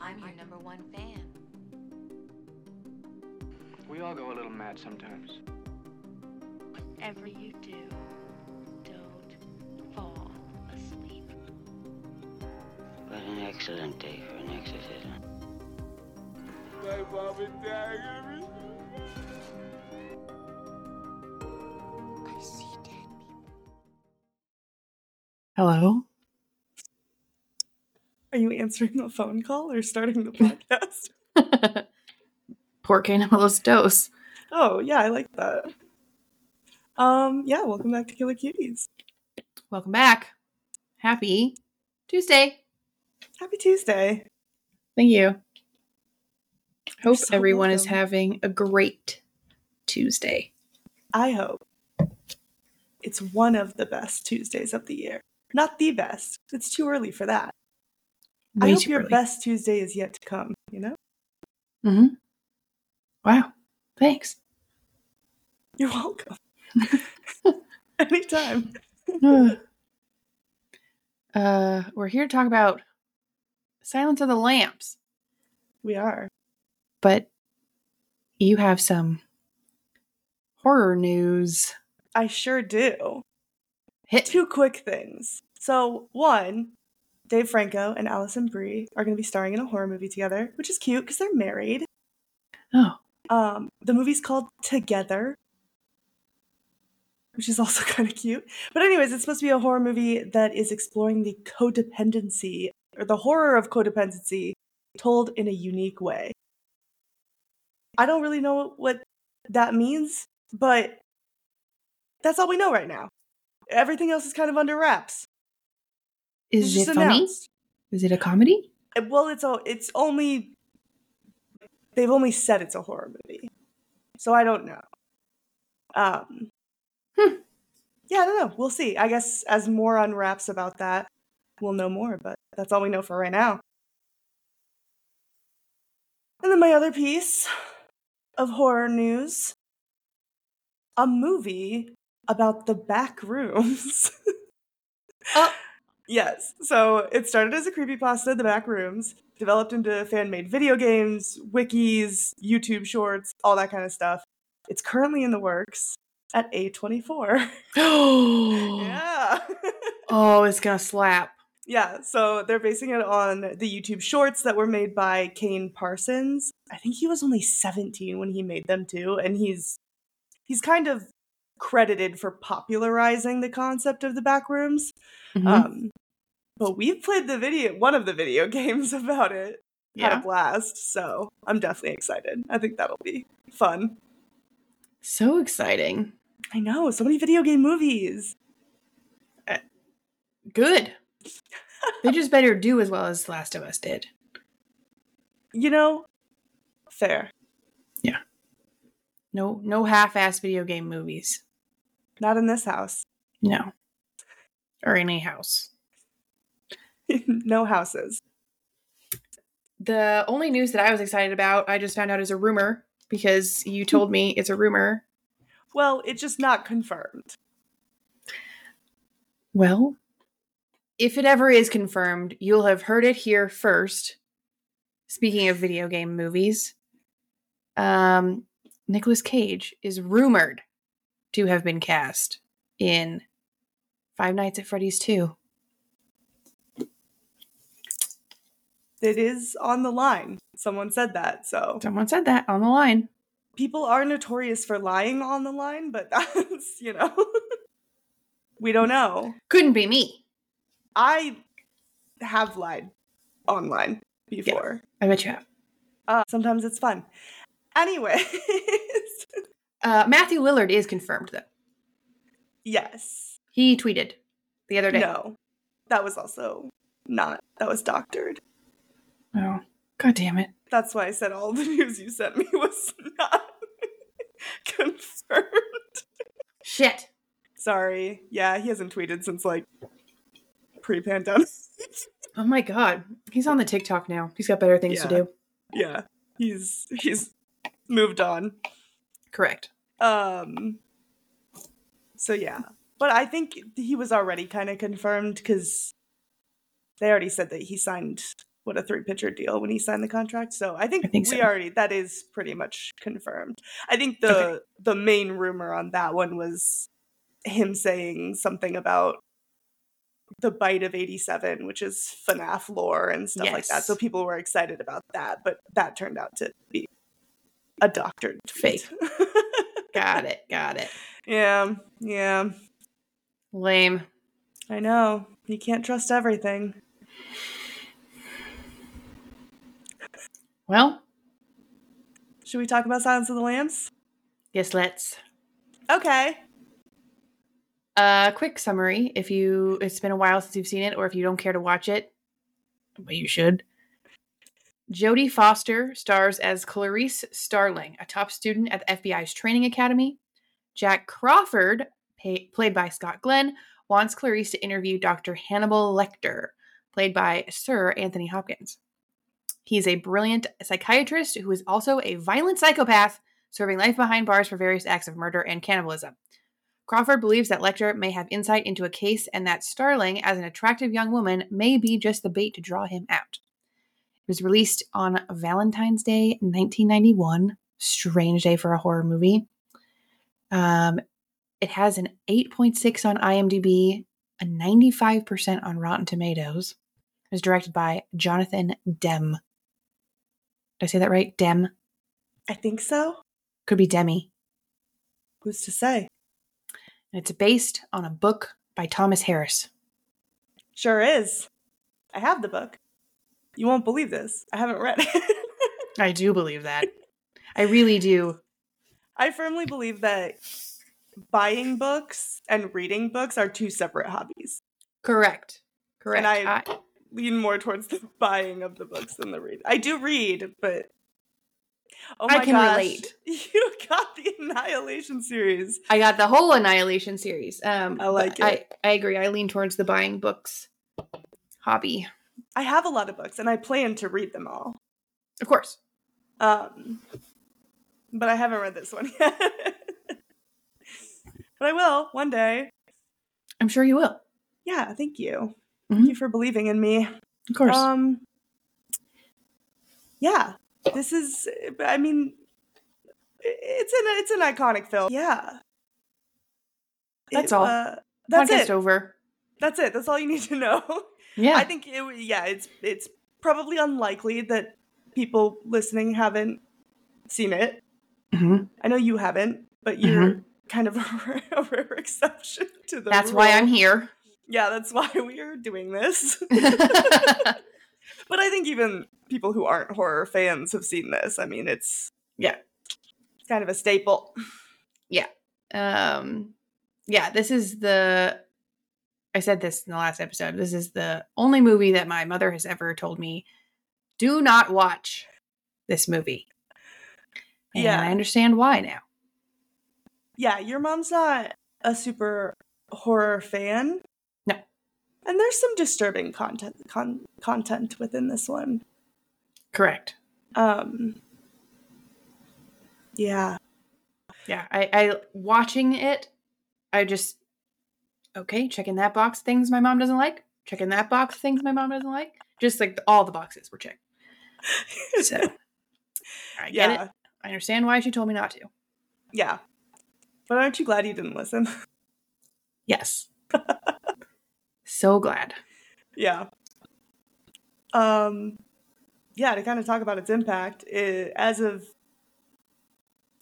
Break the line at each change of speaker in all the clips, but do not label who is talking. I'm your number one fan.
We all go a little mad sometimes.
Whatever you do, don't fall asleep.
What an excellent day for an exorcism.
My mom and dad are in-
Hello? Are you answering the phone call or starting the podcast?
Por que no los dos?
oh, yeah, I like that. Um, yeah, welcome back to Killer Cuties.
Welcome back. Happy Tuesday.
Happy Tuesday.
Thank you. Hope
so
everyone is
welcome.
having a great Tuesday.
I hope it's one of the best Tuesdays of the year. Not the best. It's too early for that. I
Way
hope
too
your
early.
best Tuesday is yet to come, you know?
Mhm. Wow. Thanks.
You're welcome. Anytime.
uh, we're here to talk about Silence of the Lambs,
We are.
but you have some horror news.
I sure do.
Hit.
two quick things. So one, Dave Franco and Allison Brie are going to be starring in a horror movie together, which is cute because they're married.
Oh,
Um, the movie's called Together, which is also kind of cute. But anyways, it's supposed to be a horror movie that is exploring the codependency or the horror of codependency told in a unique way. I don't really know what that means, but that's all we know right now. Everything else is kind of under wraps. It's
is
just
it funny?
announced.
Is it a comedy?
Uh, Well, it's all, it's only they've only said it's a horror movie, so I don't know. Um,
Hmm.
yeah, I don't know. We'll see. I guess as more unwraps about that, we'll know more. But that's all we know for right now. And then my other piece of horror news: a movie about the back rooms.
Oh.
Yes. So it started as a creepypasta, The Back Rooms, developed into fan made video games, wikis, YouTube shorts, all that kind of stuff. It's currently in the works at A24. yeah.
Oh, it's gonna slap.
yeah. So they're basing it on the YouTube shorts that were made by Kane Parsons. I think he was only 17 when he made them too. And he's he's kind of credited for popularizing the concept of the back rooms.
Mhm.
Um, but we've played the video, one of the video games about it. Had a blast, so I'm definitely excited. I think that'll be fun.
So exciting.
I know so many video game movies.
Good. they just better do as well as Last of Us did.
You know, fair.
No, no half-ass video game movies.
Not in this house.
No, or any house.
no houses.
The only news that I was excited about, I just found out is a rumor because you told me it's a rumor.
Well, it's just not confirmed.
Well, if it ever is confirmed, you'll have heard it here first. Speaking of video game movies, um, Nicolas Cage is rumored to have been cast in Five Nights at Freddy's 2.
It is on the line. Someone said that, so
Someone said that on the line.
people are notorious for lying on the line, but that's you know, we don't know.
Couldn't be me.
I have lied online before.
I bet you have.
Uh, sometimes it's fun. Anyways,
Uh, Matthew Lillard is confirmed, though.
yes,
He tweeted the other day.
no, that was also not. That was doctored.
Oh, God damn it.
That's why I said all the news you sent me was not confirmed.
Shit.
Sorry. Yeah, he hasn't tweeted since like pre-pandemic.
Oh my God. He's on the TikTok now. He's got better things to
Yeah.
do.
yeah, he's he's moved on.
Correct.
Um. So yeah, but I think he was already kind of confirmed because they already said that he signed what a three pitcher deal when he signed the contract. So I think,
I think
we
so.
already that is pretty much confirmed. I think the the main rumor on that one was him saying something about the bite of 87 which is FNAF lore and stuff like that
Yes.
so people were excited about that but that turned out to be a doctored tweet.
Got it. Got it.
yeah yeah
Lame.
I know. You can't trust everything.
Well,
Should we talk about Silence of the Lambs?
yes, let's.
Okay.
Uh, quick summary. If you, it's been a while since you've seen it, or if you don't care to watch it, but you should. Jodie Foster stars as Clarice Starling, a top student at the FBI's training academy. Jack Crawford, pay, played by Scott Glenn, wants Clarice to interview Dr. Hannibal Lecter, played by Sir Anthony Hopkins. He's a brilliant psychiatrist who is also a violent psychopath, serving life behind bars for various acts of murder and cannibalism. Crawford believes that Lecter may have insight into a case and that Starling, as an attractive young woman, may be just the bait to draw him out. It was released on Valentine's Day, 1991. Strange day for a horror movie. Um, it has an 8.6 on IMDb, a 95% on Rotten Tomatoes. It was directed by Jonathan Demme. Did I say that right? Dem.
I think so.
Could be Demi.
Who's to say?
And it's based on a book by Thomas Harris.
Sure is. I have the book. You won't believe this. I haven't read it.
I do believe that. I really do.
I firmly believe that buying books and reading books are two separate hobbies.
Correct. Correct.
I- Lean more towards the buying of the books than the read. I do read, but oh
I
my
can
gosh.
relate.
You got the Annihilation series.
I got the whole Annihilation series. Um,
I like
but
it.
I, I agree. I lean towards the buying books hobby.
I have a lot of books and I plan to read them all.
Of course.
Um, but I haven't read this one yet. but I will one day.
I'm sure you will.
Yeah, thank you. Thank you for believing in me.
Mm-hmm. Of course.
Um, yeah, this is. I mean, it's an it's an iconic film. Yeah,
That's all.
uh, that's
Podcast
it.
over.
That's it. That's all you need to know.
Yeah.
I think it w- yeah, it's it's probably unlikely that people listening haven't seen it.
Mhm.
I know you haven't, but you're kind of a rare, a rare exception to the
Mm-hmm. That's why I'm
rule.
here.
Yeah, that's why we are doing this. but I think even people who aren't horror fans have seen this. I mean, it's
Yeah.
it's kind of a staple.
um, yeah, this is the. I said this in the last episode. This is the only movie that my mother has ever told me, do not watch this movie. And
Yeah.
I understand why now.
Yeah, your mom's not a super horror fan.
No.
And there's some disturbing content con- content within this one.
Correct.
Um. Yeah.
Yeah, I, I watching it, I just okay, checking that box things my mom doesn't like, checking that box things my mom doesn't like. Just like all the boxes were checked. So I get
yeah.
it. I understand why she told me not to.
Yeah. But aren't you glad you didn't listen?
Yes. so glad.
yeah. Um. Yeah. To kind of talk about its impact, i as of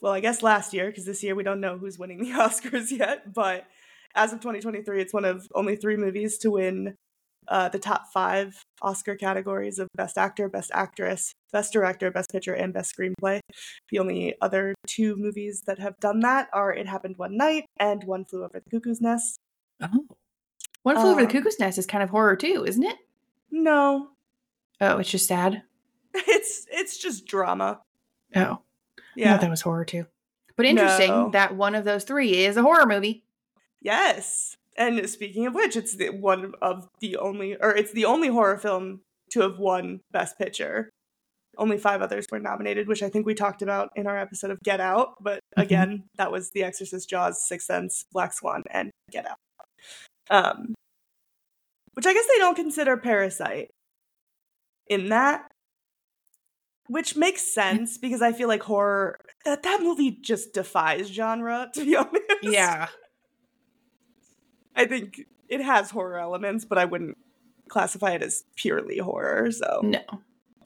well, I guess last year, because this year we don't know who's winning the Oscars yet. But as of 2023, it's one of only three movies to win uh, the top five Oscar categories of Best Actor, Best Actress, Best Director, Best Picture, and Best Screenplay. The only other two movies that have done that are It Happened One Night and One Flew Over the Cuckoo's Nest.
Oh. One flew over the
Um,
cuckoo's nest is kind of horror too, isn't it?
No,
Oh, it's just sad.
it's it's just drama.
Oh. I
Yeah.
thought that was horror too. But interesting
No.
that one of those three is a horror movie.
Yes. And speaking of which, it's the one of the only, or it's the only horror film to have won Best Picture. Only five others were nominated, which I think we talked about in our episode of Get Out. But
Mhm.
again, that was The Exorcist, Jaws, Sixth Sense, Black Swan, and Get Out. Um, which I guess they don't consider Parasite in that, which makes sense because I feel like horror that that movie just defies genre. To be honest,
Yeah.
I think it has horror elements, but I wouldn't classify it as purely horror. So
No.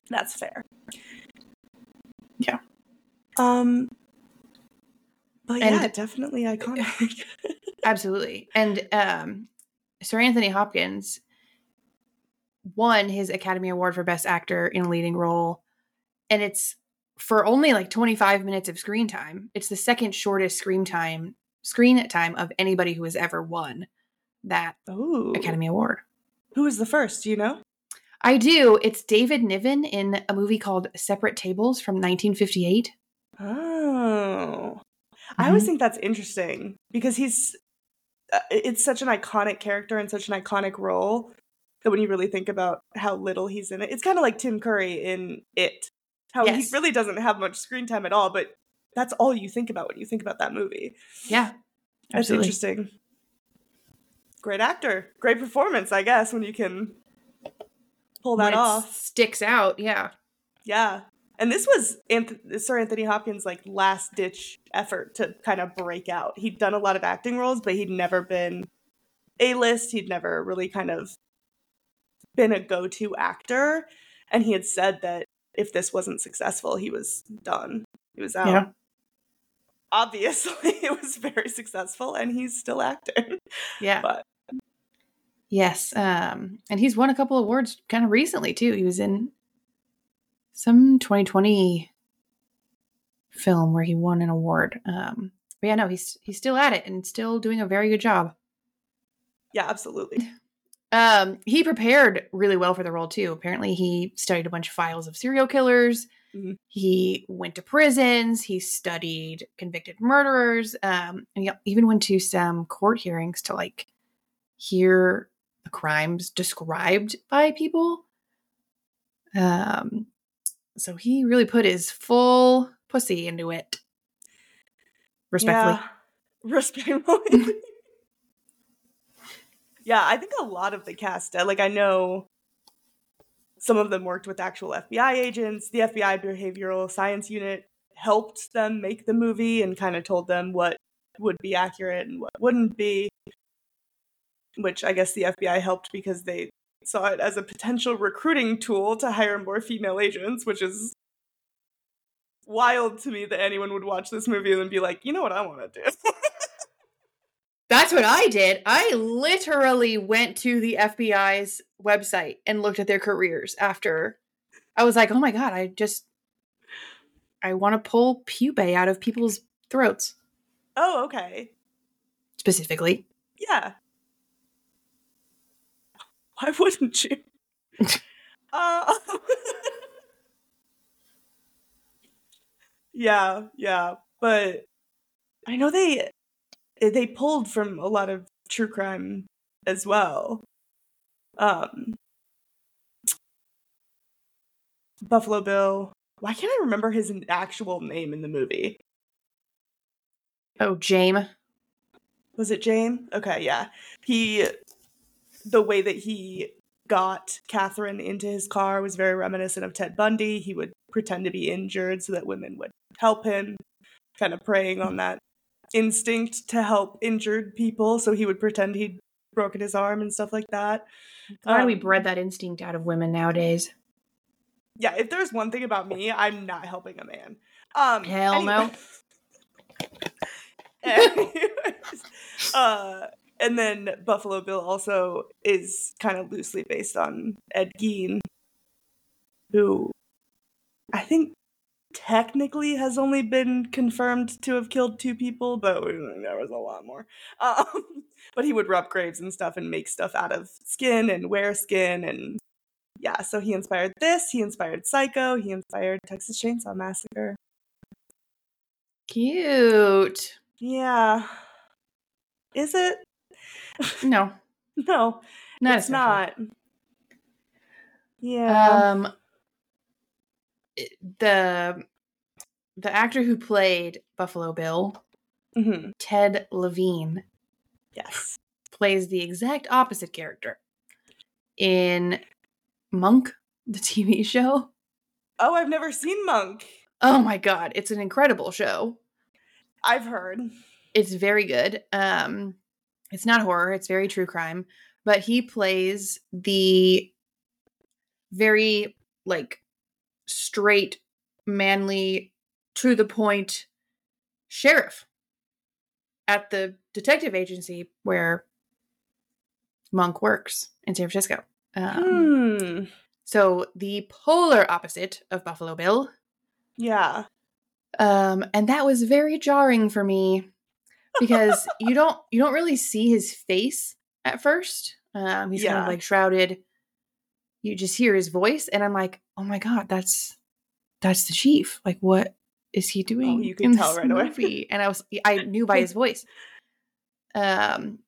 that's fair.
Yeah.
Um. But
And-
yeah, definitely iconic.
Absolutely. And um, Sir Anthony Hopkins won his Academy Award for Best Actor in a Leading Role. And it's for only like 25 minutes of screen time. It's the second shortest screen time screen time of anybody who has ever won that
Ooh.
Academy Award.
Who was the first? Do you know?
I do. It's David Niven in a movie called Separate Tables from 1958.
Oh. I always
Mhm.
think that's interesting because he's uh, it's such an iconic character and such an iconic role that when you really think about how little he's in it, it's kind of like Tim Curry in It. How
Yes.
he really doesn't have much screen time at all, but that's all you think about when you think about that movie.
Yeah.
That's interesting. Great actor, great performance, I guess, when you can pull that
When it
off.
Sticks out. Yeah.
Yeah. And this was Anth- Sir Anthony Hopkins' like last ditch effort to kind of break out. He'd done a lot of acting roles, but he'd never been A list. He'd never really kind of been a go to actor. And he had said that if this wasn't successful, he was done. He was out.
Yeah.
Obviously, it was very successful, and he's still acting.
Yeah.
But
Yes. Um, and he's won a couple awards kind of recently too. He was in some 2020 film where he won an award. Um, but yeah, no, he's he's still at it and still doing a very good job.
yeah, absolutely.
Um, he prepared really well for the role too. Apparently, he studied a bunch of files of serial killers.
Mhm.
He went to prisons. He studied convicted murderers, um, and he even went to some court hearings to like hear the crimes described by people. Um, so he really put his full pussy into it. Respectfully,
Yeah. Respectfully. yeah, I think a lot of the cast, uh, like I know some of them worked with actual FBI agents. The FBI Behavioral Science Unit helped them make the movie and kind of told them what would be accurate and what wouldn't be, which I guess the FBI helped because they saw it as a potential recruiting tool to hire more female agents, which is wild to me that anyone would watch this movie and then be like, you know what I want to do.
That's what I did. I literally went to the FBI's website and looked at their careers after I was like, oh my God, I just, I want to pull pupae out of people's throats
oh, okay.
specifically.
Yeah. Why wouldn't you? uh, yeah, yeah, but I know they eh, they pulled from a lot of true crime as well. Um, Buffalo Bill. Why can't I remember his actual name in the movie?
Oh, Jame.
was it Jane? Okay, yeah. He, the way that he got Catherine into his car was very reminiscent of Ted Bundy. He would pretend to be injured so that women would help him, kind of preying on that instinct to help injured people. So he would pretend he'd broken his arm and stuff like that.
Glad we
Um,
bred that instinct out of women nowadays.
Yeah, if there's one thing about me, I'm not helping a man. Um,
Hell no.
Anyways, uh, and then Buffalo Bill also is kind of loosely based on Ed Gein, who I think technically has only been confirmed to have killed two people, but we, there was a lot more. Um, but he would rub graves and stuff and make stuff out of skin and wear skin and yeah. So he inspired this. He inspired Psycho. He inspired Texas Chainsaw Massacre.
Cute.
Yeah. Is it?
No,
No,
not
it's
especially.
not. Yeah.
Um, it- the the actor who played Buffalo Bill,
Mhm.
Ted Levine,
Yes.
plays the exact opposite character in Monk. the TV show.
Oh, I've never seen Monk.
Oh my god, it's an incredible show.
I've heard.
It's very good. Um it's not horror, it's very true crime, but he plays the very like straight, manly, to the point sheriff at the detective agency where Monk works in San Francisco. Um,
hmm.
So the polar opposite of Buffalo Bill.
Yeah.
um, and that was very jarring for me because you don't you don't really see his face at first. Um, he's kind
Yeah.
of like shrouded. You just hear his voice, and I'm like, oh my god, that's that's the chief. Like, what is he doing?
Oh, you can
in
tell
this
right away.
movie? And I was I knew by his voice. Um,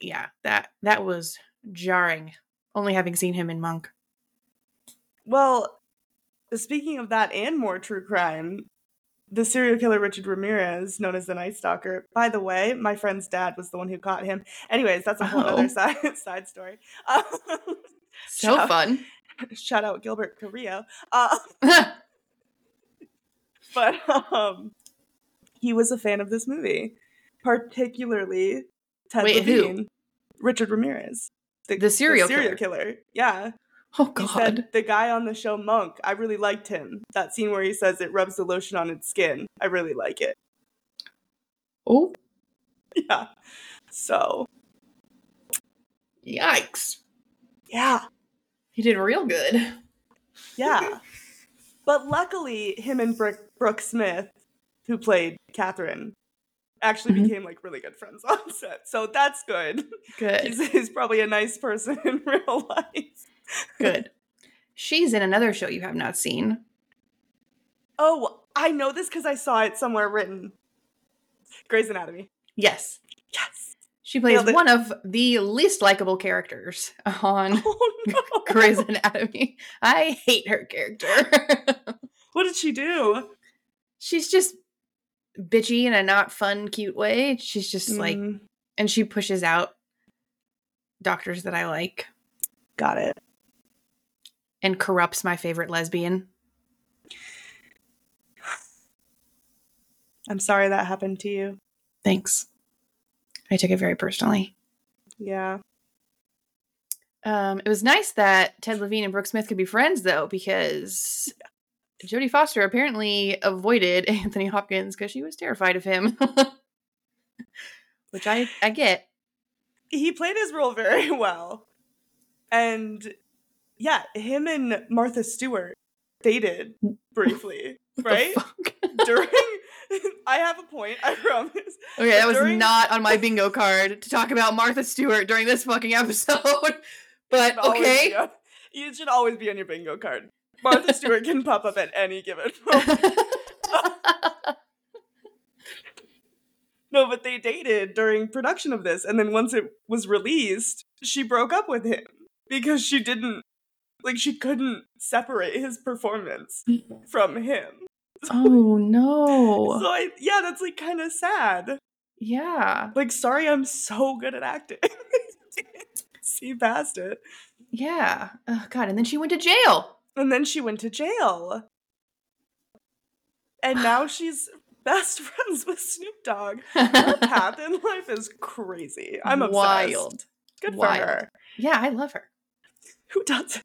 yeah that that was jarring. Only having seen him in Monk.
Well, speaking of that and more true crime, the serial killer Richard Ramirez, known as the Night Stalker. By the way, my friend's dad was the one who caught him. Anyways, that's a whole
Oh.
other side side story. Um,
So
shout-
fun.
Shout out Gilbert Carrillo. Uh, but um, he was a fan of this movie, particularly Ted
Wait, who?
Levine, Richard Ramirez,
The serial
serial killer. Yeah,
oh
he
god.
said the guy on the show Monk. I really liked him. That scene where he says it rubs the lotion on its skin. I really like it.
oh
Yeah. So
yikes.
yeah,
He did real good.
yeah. but luckily, him and Brooke, Brooke Smith, who played Catherine, actually
Mhm.
became like really good friends on set. So that's good.
Good.
he's, he's probably a nice person in real life.
Good. She's in another show you have not seen.
Oh, I know this because I saw it somewhere written. Grey's Anatomy.
Yes.
Yes.
She plays
Nailed it.
one of the least likable characters on
Oh no.
Grey's Anatomy. I hate her character.
What did she do?
She's just bitchy in a not fun, cute way. She's just like,
Mm,
and she pushes out doctors that I like
got it.
and corrupts my favorite lesbian.
I'm sorry that happened to you.
Thanks. I took it very personally.
Yeah.
Um, it was nice that Ted Levine and Brooke Smith could be friends, though, because Jodie Foster apparently avoided Anthony Hopkins because she was terrified of him, which I I get.
He played his role very well. And yeah, him and Martha Stewart dated briefly,
The
right?
fuck?
During I have a point, I promise.
Okay, that was
During-
not on my bingo card to talk about Martha Stewart during this fucking episode. But
should always be
okay.
on- you should always be on your bingo card. Martha Stewart can pop up at any given moment. No, but they dated during production of this, and then once it was released, she broke up with him because she didn't, like, she couldn't separate his performance from him.
oh no.
So I, yeah, that's like kind of sad.
Yeah.
Like, sorry, I'm so good at acting. See past it,
Yeah. Oh god, and then she went to jail.
and then she went to jail, and now she's best friends with Snoop Dogg. Her path in life is crazy. I'm obsessed.
Wild.
Good for
Wild.
her.
Yeah, I love her.
Who does?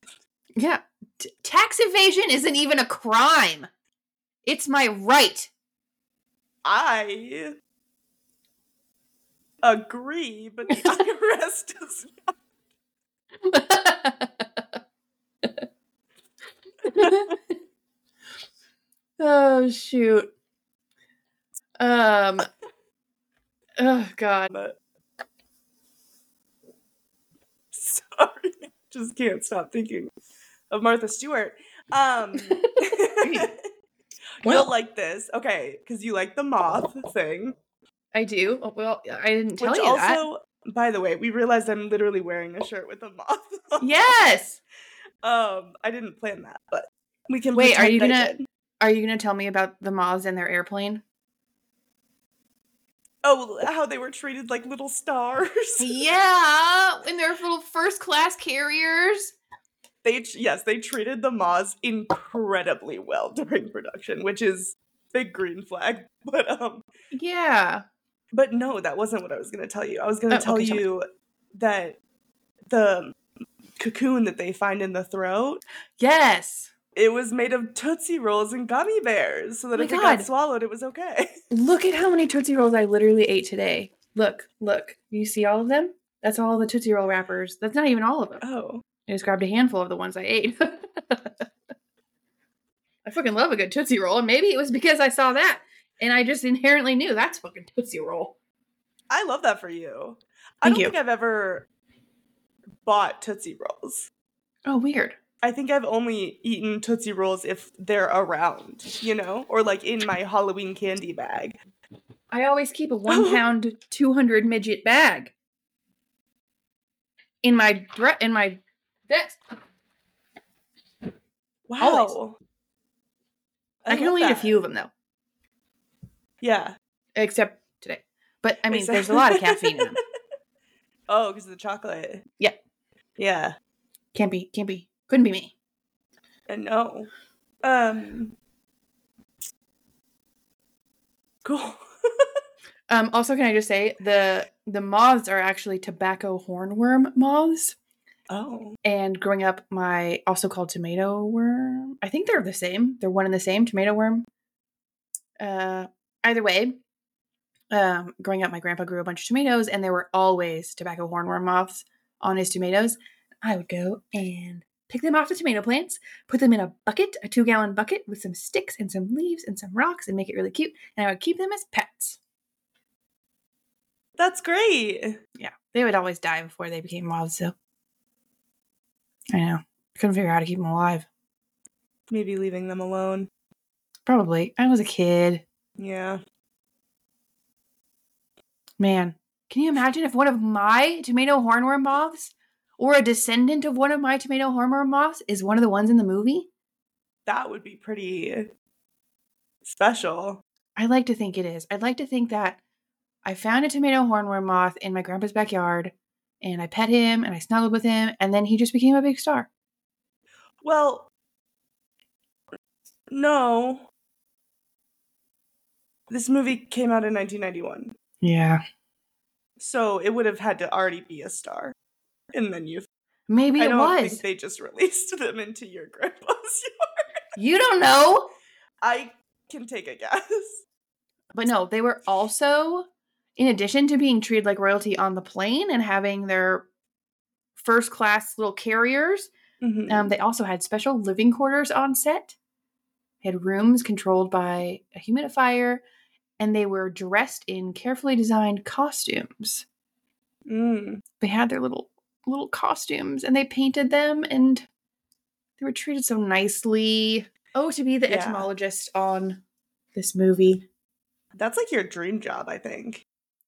Yeah. T- tax evasion isn't even a crime. It's my right.
I agree, but the IRS does.
oh shoot. Um Oh god.
But sorry, I just can't stop thinking of Martha Stewart. Um,
Well-
you'll like this, okay? Because you like the moth thing,
I do. Oh, Well, I didn't tell
which
you that.
also, by the way, we realized I'm literally wearing a shirt with a moth. on.
Yes.
Um, I didn't plan that, but we can.
Wait, are you
pretend I
gonna-
did.
Are you going to tell me about the moths and their airplane?
Oh, how they were treated like little stars.
yeah, in their little first class carriers.
They yes, they treated the Moz incredibly well during production, which is big green flag. But um,
Yeah.
but no, that wasn't what I was going to tell you. I was going to
Oh,
tell
okay, tell me.
you that the cocoon that they find in the throat
Yes.
it was made of tootsie rolls and gummy bears, so that
Oh My
if it got
God.
swallowed, it was okay.
Look at how many Tootsie Rolls I literally ate today. Look, look. You see all of them? That's all the Tootsie Roll wrappers. That's not even all of them.
Oh,
I just grabbed a handful of the ones I ate. I fucking love a good Tootsie Roll. And maybe it was because I saw that and I just inherently knew that's fucking Tootsie Roll.
I love that for you. I
Thank
don't
you.
think I've ever bought tootsie rolls.
Oh, weird.
I think I've only eaten Tootsie Rolls if they're around, you know, or like in my Halloween candy bag.
I always keep a one pound, 200 midget bag in my dre- in my desk.
Wow.
Always. I, can
love
only eat a
that.
few of them though,
Yeah.
except today. But I mean, there's a lot of caffeine in them.
Oh, because of the chocolate.
Yeah.
Yeah.
Can't be, can't be, couldn't be me.
And no. Um. Cool.
Um, also, can I just say the the moths are actually tobacco hornworm moths,
Oh.
and growing up, my also called tomato worm. I think they're the same. They're one and the same tomato worm. Uh, either way, um, growing up, my grandpa grew a bunch of tomatoes, and there were always tobacco hornworm moths on his tomatoes. I would go and pick them off the tomato plants, put them in a bucket, a two gallon bucket, with some sticks and some leaves and some rocks, and make it really cute. And I would keep them as pets.
That's great.
yeah, they would always die before they became moths. So I know couldn't figure out how to keep them alive.
Maybe leaving them alone.
Probably I was a kid.
Yeah.
Man, can you imagine if one of my tomato hornworm moths, or a descendant of one of my tomato hornworm moths, is one of the ones in the movie?
That would be pretty special.
I like to think it is. I'd like to think that I found a tomato hornworm moth in my grandpa's backyard, and I pet him and I snuggled with him, and then he just became a big star.
Well, no. This movie came out in 1991,
Yeah,
so it would have had to already be a star. And then you.
maybe
I
it
don't
was.
think they just released them into your grandpa's. yard.
you don't know.
I can take a guess.
But no, they were also, in addition to being treated like royalty on the plane and having their first class little carriers,
Mhm.
um, they also had special living quarters on set. They had rooms controlled by a humidifier, and they were dressed in carefully designed costumes.
Mm.
They had their little little costumes and they painted them and they were treated so nicely. Oh, to be the
Yeah.
etymologist on this movie.
That's like your dream job, I think.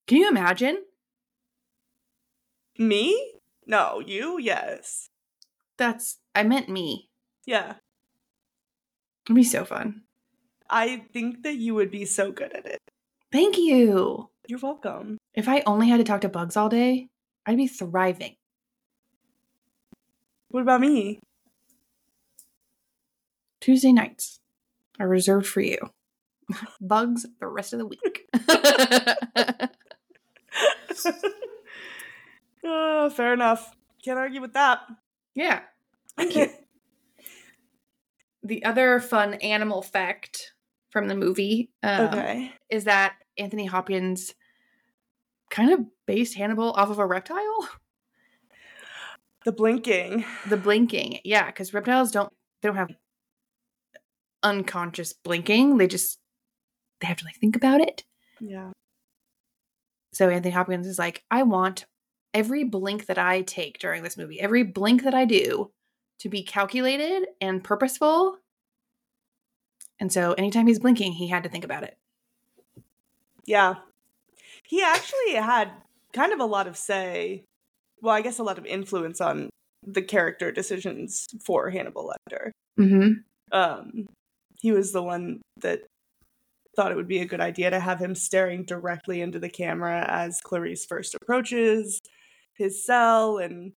Can you imagine?
Me? No, you? Yes.
That's I meant me.
Yeah.
It'd be so fun.
I think that you would be so good at it.
Thank you.
You're welcome.
If I only had to talk to bugs all day, I'd be thriving.
What about me?
Tuesday nights are reserved for you. bugs the rest of the week.
Oh, fair enough. Can't argue with that.
yeah. The other fun animal fact from the movie um,
okay.
is that Anthony Hopkins kind of based Hannibal off of a reptile.
The blinking.
the blinking yeah because reptiles don't they don't have unconscious blinking they just they have to like think about it
Yeah.
so anthony hopkins is like i want every blink that i take during this movie every blink that i do to be calculated and purposeful and so anytime he's blinking he had to think about it
Yeah. He actually had kind of a lot of say, well, I guess a lot of influence on the character decisions for Hannibal Lecter.
mm-hmm
Um, he was the one that thought it would be a good idea to have him staring directly into the camera as Clarice first approaches his cell and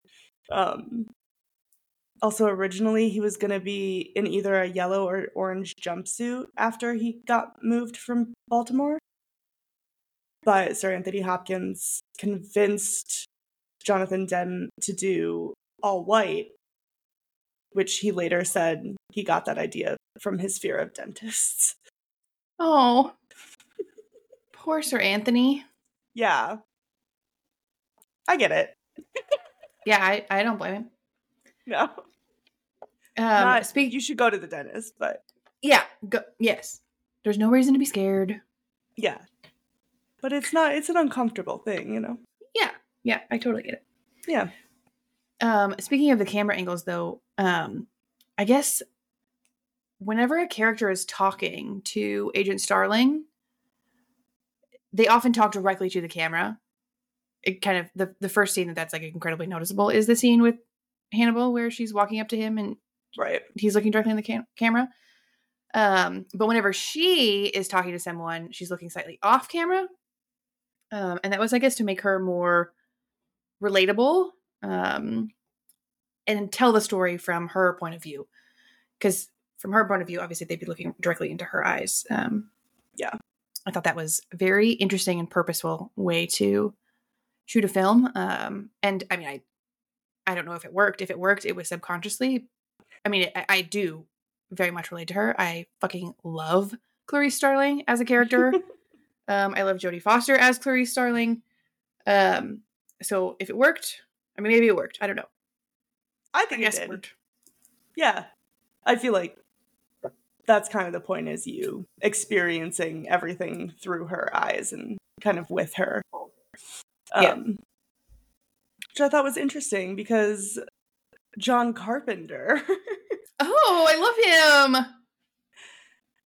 um Also, originally, he was going to be in either a yellow or orange jumpsuit after he got moved from Baltimore. But Sir Anthony Hopkins convinced Jonathan Demme to do all white, which he later said he got that idea from his fear of dentists.
Oh, poor Sir Anthony.
Yeah. I get it.
Yeah, I, I don't blame him.
No.
Um,
Not-
speak.
you should go to the dentist, but
yeah. Go, yes. There's no reason to be scared.
yeah. But it's not it's an uncomfortable thing, you know.
Yeah, I totally get it.
Yeah.
Um, speaking of the camera angles, though, um, I guess whenever a character is talking to Agent Starling, they often talk directly to the camera. It kind of the the first scene that that's like incredibly noticeable is the scene with Hannibal where she's walking up to him and
Right.
he's looking directly in the cam- camera. Um, but whenever she is talking to someone, she's looking slightly off camera. Um, and that was, I guess, to make her more relatable um, and tell the story from her point of view. Because from her point of view, obviously, they'd be looking directly into her eyes. Um,
Yeah.
I thought that was a very interesting and purposeful way to shoot a film. Um, and I mean, I, I don't know if it worked. If it worked, it was subconsciously, I mean, I, I do very much relate to her. I fucking love Clarice Starling as a character. um, I love Jodie Foster as Clarice Starling. Um, so if it worked, I mean, maybe it worked. I don't know.
I
I
think
guess it
it did.
worked.
Yeah. I feel like that's kind of the point is you experiencing everything through her eyes and kind of with her. Um
Yeah.
which I thought was interesting because John Carpenter
Oh, I love him.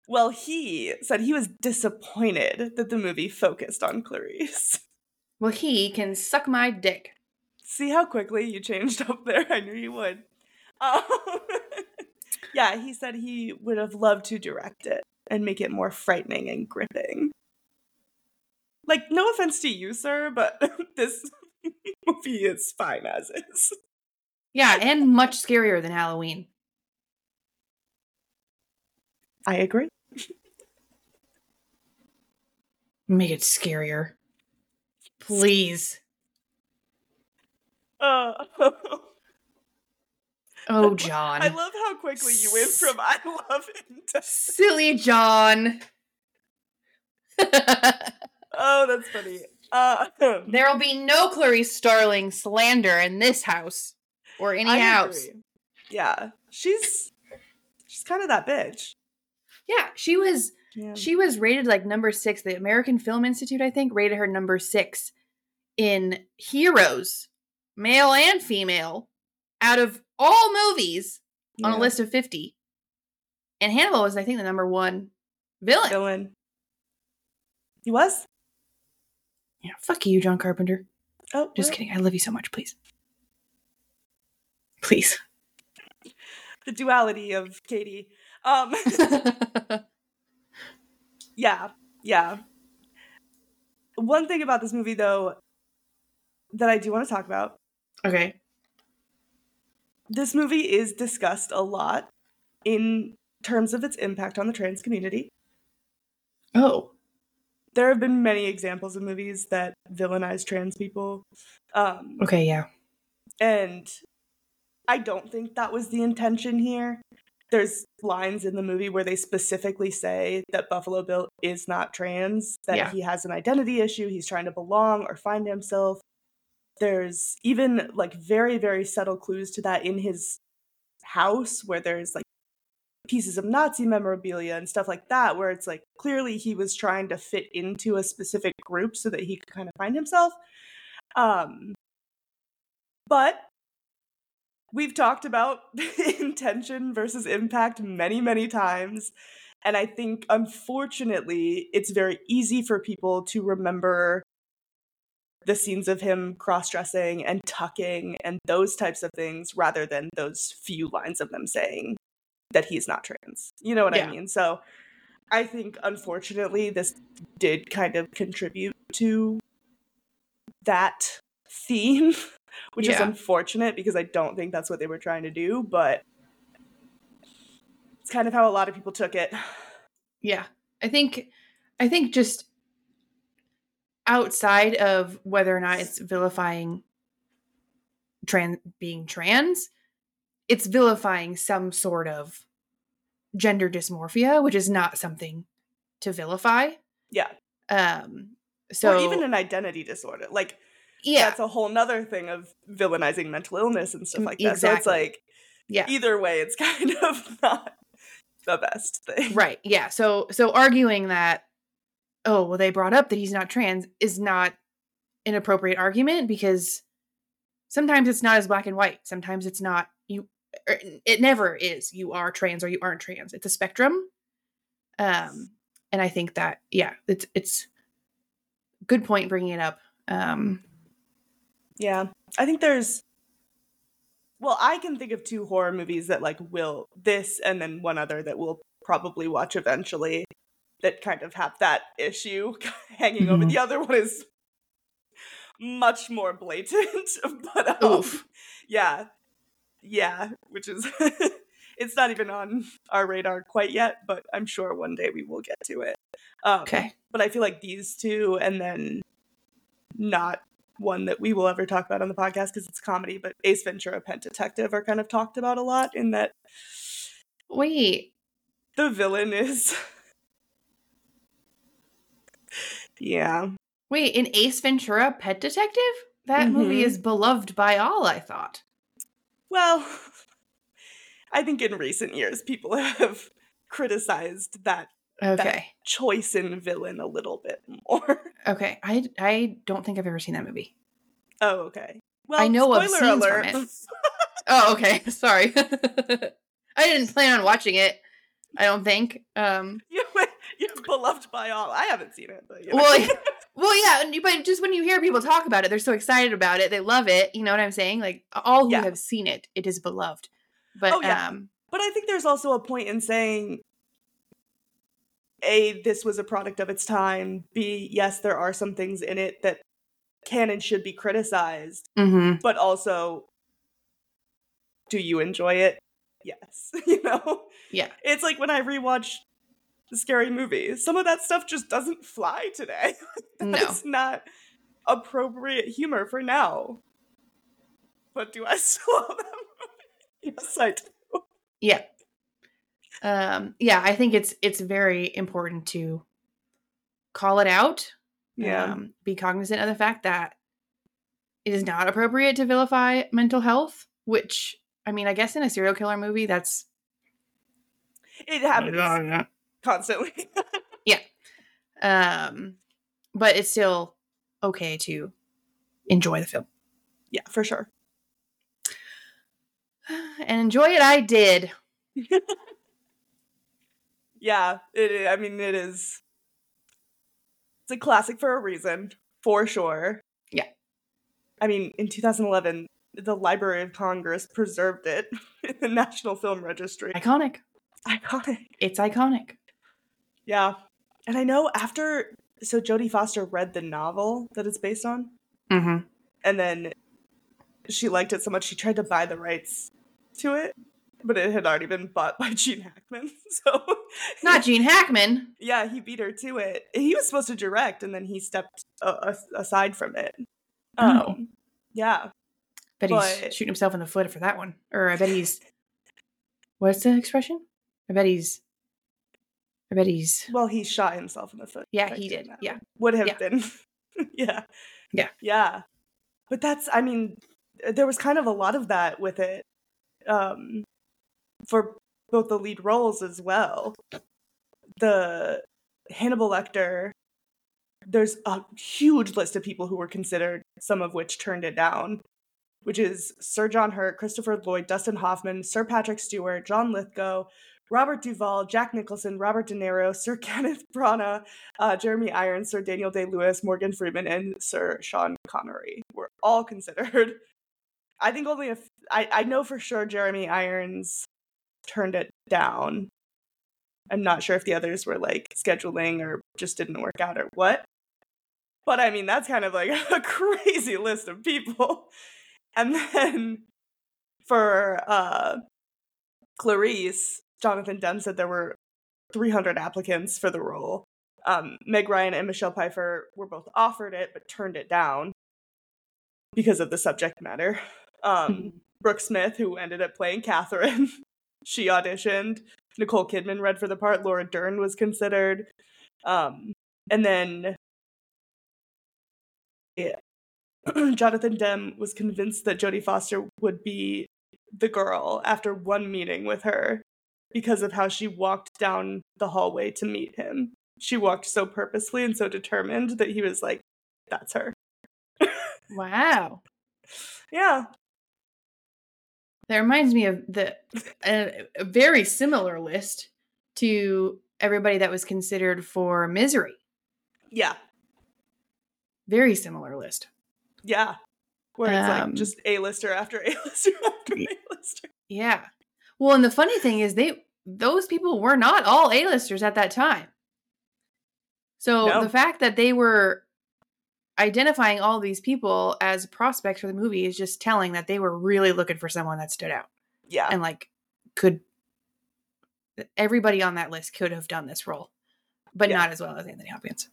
Well, he said he was disappointed that the movie focused on Clarice.
Well, he can suck my dick.
See how quickly you changed up there? I knew you would. Um, yeah, he said he would have loved to direct it and make it more frightening and gripping. Like, no offense to you, sir, but this movie is fine as is.
Yeah, and much scarier than Halloween.
I agree.
Make it scarier. Please.
Uh,
Oh, John.
I love how quickly you went from I love him to
Silly John.
oh, that's funny. Uh,
There'll be no Clarice Starling slander in this house or any
I
house.
agree. Yeah, she's she's kind of that bitch.
Yeah, she was
Yeah.
she was rated like number 6. The American Film Institute I think rated her number 6 in heroes, male and female, out of all movies on a
Yeah.
list of 50. And Hannibal was I think the number 1 villain.
Villain. He was.
Yeah, fuck you John Carpenter.
Oh,
Just
well,
kidding. I love you so much, please. Please.
The duality of Katie. Um, yeah, yeah. One thing about this movie, though, that I do want to talk about.
okay.
This movie is discussed a lot in terms of its impact on the trans community.
Oh.
There have been many examples of movies that villainize trans people. Um,
Okay, yeah.
And I don't think that was the intention here. There's lines in the movie where they specifically say that Buffalo Bill is not trans, that
Yeah.
he has an identity issue, he's trying to belong or find himself. There's even like very, very subtle clues to that in his house where there's like pieces of Nazi memorabilia and stuff like that, where it's like clearly he was trying to fit into a specific group so that he could kind of find himself. Um, but we've talked about intention versus impact many, many times. And I think, unfortunately, it's very easy for people to remember the scenes of him cross dressing and tucking and those types of things rather than those few lines of them saying that he's not trans. You know what
Yeah.
I mean? So I think, unfortunately, this did kind of contribute to that theme which is
Yeah.
unfortunate because I don't think that's what they were trying to do, but it's kind of how a lot of people took it.
yeah i think i think just outside of whether or not it's vilifying trans being trans it's vilifying some sort of gender dysmorphia which is not something to vilify
Yeah.
um so
or even an identity disorder. Like
yeah
that's a whole nother thing of villainizing mental illness and stuff
Mm,
like that. So it's
exactly.
like
yeah
either way it's kind of not the best thing.
right yeah so so arguing that oh well they brought up that he's not trans is not an appropriate argument because sometimes it's not as black and white sometimes it's not you or it never is you are trans or you aren't trans it's a spectrum um and i think that yeah it's it's good point bringing it up um
Yeah. I think there's well, I can think of two horror movies that like will this and then one other that we'll probably watch eventually that kind of have that issue hanging over.
Mhm.
The other one is much more blatant, but um,
Oof.
yeah. Yeah, which is it's not even on our radar quite yet, but I'm sure one day we will get to it. Um,
okay
but I feel like these two, and then not one that we will ever talk about on the podcast because it's comedy, but Ace Ventura, Pet Detective are kind of talked about a lot in that
wait
the villain is. yeah.
wait in ace ventura pet detective that movie
Mhm.
is beloved by all i thought
Well, I think in recent years, people have criticized that
okay
choice in villain a little bit more.
Okay, I I don't think I've ever seen that movie.
Oh, okay. Well,
I know of
spoiler
scenes from
alert.
it. Oh, okay. Sorry. I didn't plan on watching it. I don't think. Um
you, you're beloved by all. I haven't seen it, but you know.
well, yeah- well, yeah, and you- but just when you hear people talk about it, they're so excited about it. They love it. You know what I'm saying? Like all who
Yeah.
have seen it, it is beloved. But
Oh, yeah.
um
But I think there's also a point in saying A, this was a product of its time. B, yes, there are some things in it that can and should be criticized,
mhm.
but also do you enjoy it? Yes. you know?
Yeah.
It's like when I rewatch scary movies, some of that stuff just doesn't fly today.
No.
It's not appropriate humor for now. But do I still love them? yes, I do.
Yeah. Um yeah, I think it's it's very important to call it out um, be cognizant of the fact that it is not appropriate to vilify mental health which i mean i guess in a serial killer movie that's
It happens constantly.
um but it's still okay to enjoy the film
yeah, for sure.
and enjoy it i did
Yeah, it. I I mean, it is. It's a classic for a reason, for sure.
Yeah.
I mean, in 2011, the Library of Congress preserved it in the National Film Registry.
iconic
Iconic.
it's iconic
Yeah, and I know after so Jodie Foster read the novel that it's based on,
mm-hmm.
and then she liked it so much she tried to buy the rights to it, but it had already been bought by Gene Hackman. So
not gene hackman
Yeah, he beat her to it. He was supposed to direct, and then he stepped uh, aside from it. Um,
Oh.
yeah.
bet
But-
he's shooting himself in the foot for that one or i bet he's what's the expression i bet he's i bet he's
Well, he shot himself in the foot.
Yeah,
That
he
didn't
did.
matter.
Yeah.
would have
Yeah.
been. yeah.
Yeah.
Yeah. But that's. I mean, there was kind of a lot of that with it, um, for both the lead roles as well. The Hannibal Lecter. There's a huge list of people who were considered, some of which turned it down, which is Sir John Hurt, Christopher Lloyd, Dustin Hoffman, Sir Patrick Stewart, John Lithgow, Robert Duvall, Jack Nicholson, Robert De Niro, Sir Kenneth Branagh, uh, Jeremy Irons, Sir Daniel Day Lewis, Morgan Freeman, and Sir Sean Connery were all considered. I think only if I, I know for sure Jeremy Irons turned it down. I'm not sure if the others were like scheduling or just didn't work out or what. But I mean, that's kind of like a crazy list of people. And then for uh, Clarice, Jonathan Demme said there were 300 applicants for the role. Um, Meg Ryan and Michelle Pfeiffer were both offered it but turned it down because of the subject matter. Um, Brooke Smith, who ended up playing Catherine, she auditioned. Nicole Kidman read for the part. Laura Dern was considered. Um, and then yeah. Jonathan Demme was convinced that Jodie Foster would be the girl after one meeting with her because of how she walked down the hallway to meet him. She walked so purposefully and so determined that he was like, that's her.
Wow.
Yeah.
That reminds me of the a, a very similar list to everybody that was considered for Misery.
Yeah.
Very similar list.
Yeah. Where it's
Um,
like just A-lister after A-lister after
y-
A-lister.
Yeah. Well, and the funny thing is they those people were not all A-listers at that time. So
No.
the fact that they were identifying all these people as prospects for the movie is just telling that they were really looking for someone that stood out
Yeah.
and like could everybody on that list could have done this role, but
Yeah.
not as well as Anthony Hopkins.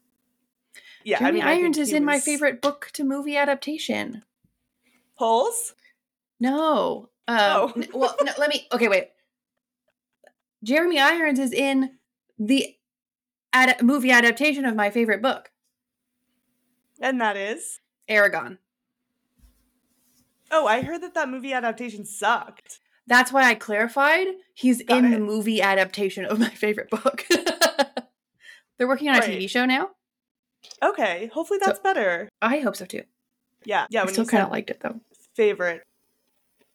Yeah.
Jeremy
I
Irons
think
is
he
in my
was-
favorite book to movie adaptation.
Holes?
No. Um,
Oh.
n- well, no, let me. Okay, wait. Jeremy Irons is in the ad- movie adaptation of my favorite book,
And that is.
Aragon.
Oh, I heard that that movie adaptation sucked.
That's why I clarified he's
Got
in
it.
the movie adaptation of my favorite book. They're working on a TV
Right.
show now.
Okay. Hopefully that's better.
I hope so too.
Yeah. Yeah.
I
When
still
you
kind
said
of liked it though.
favorite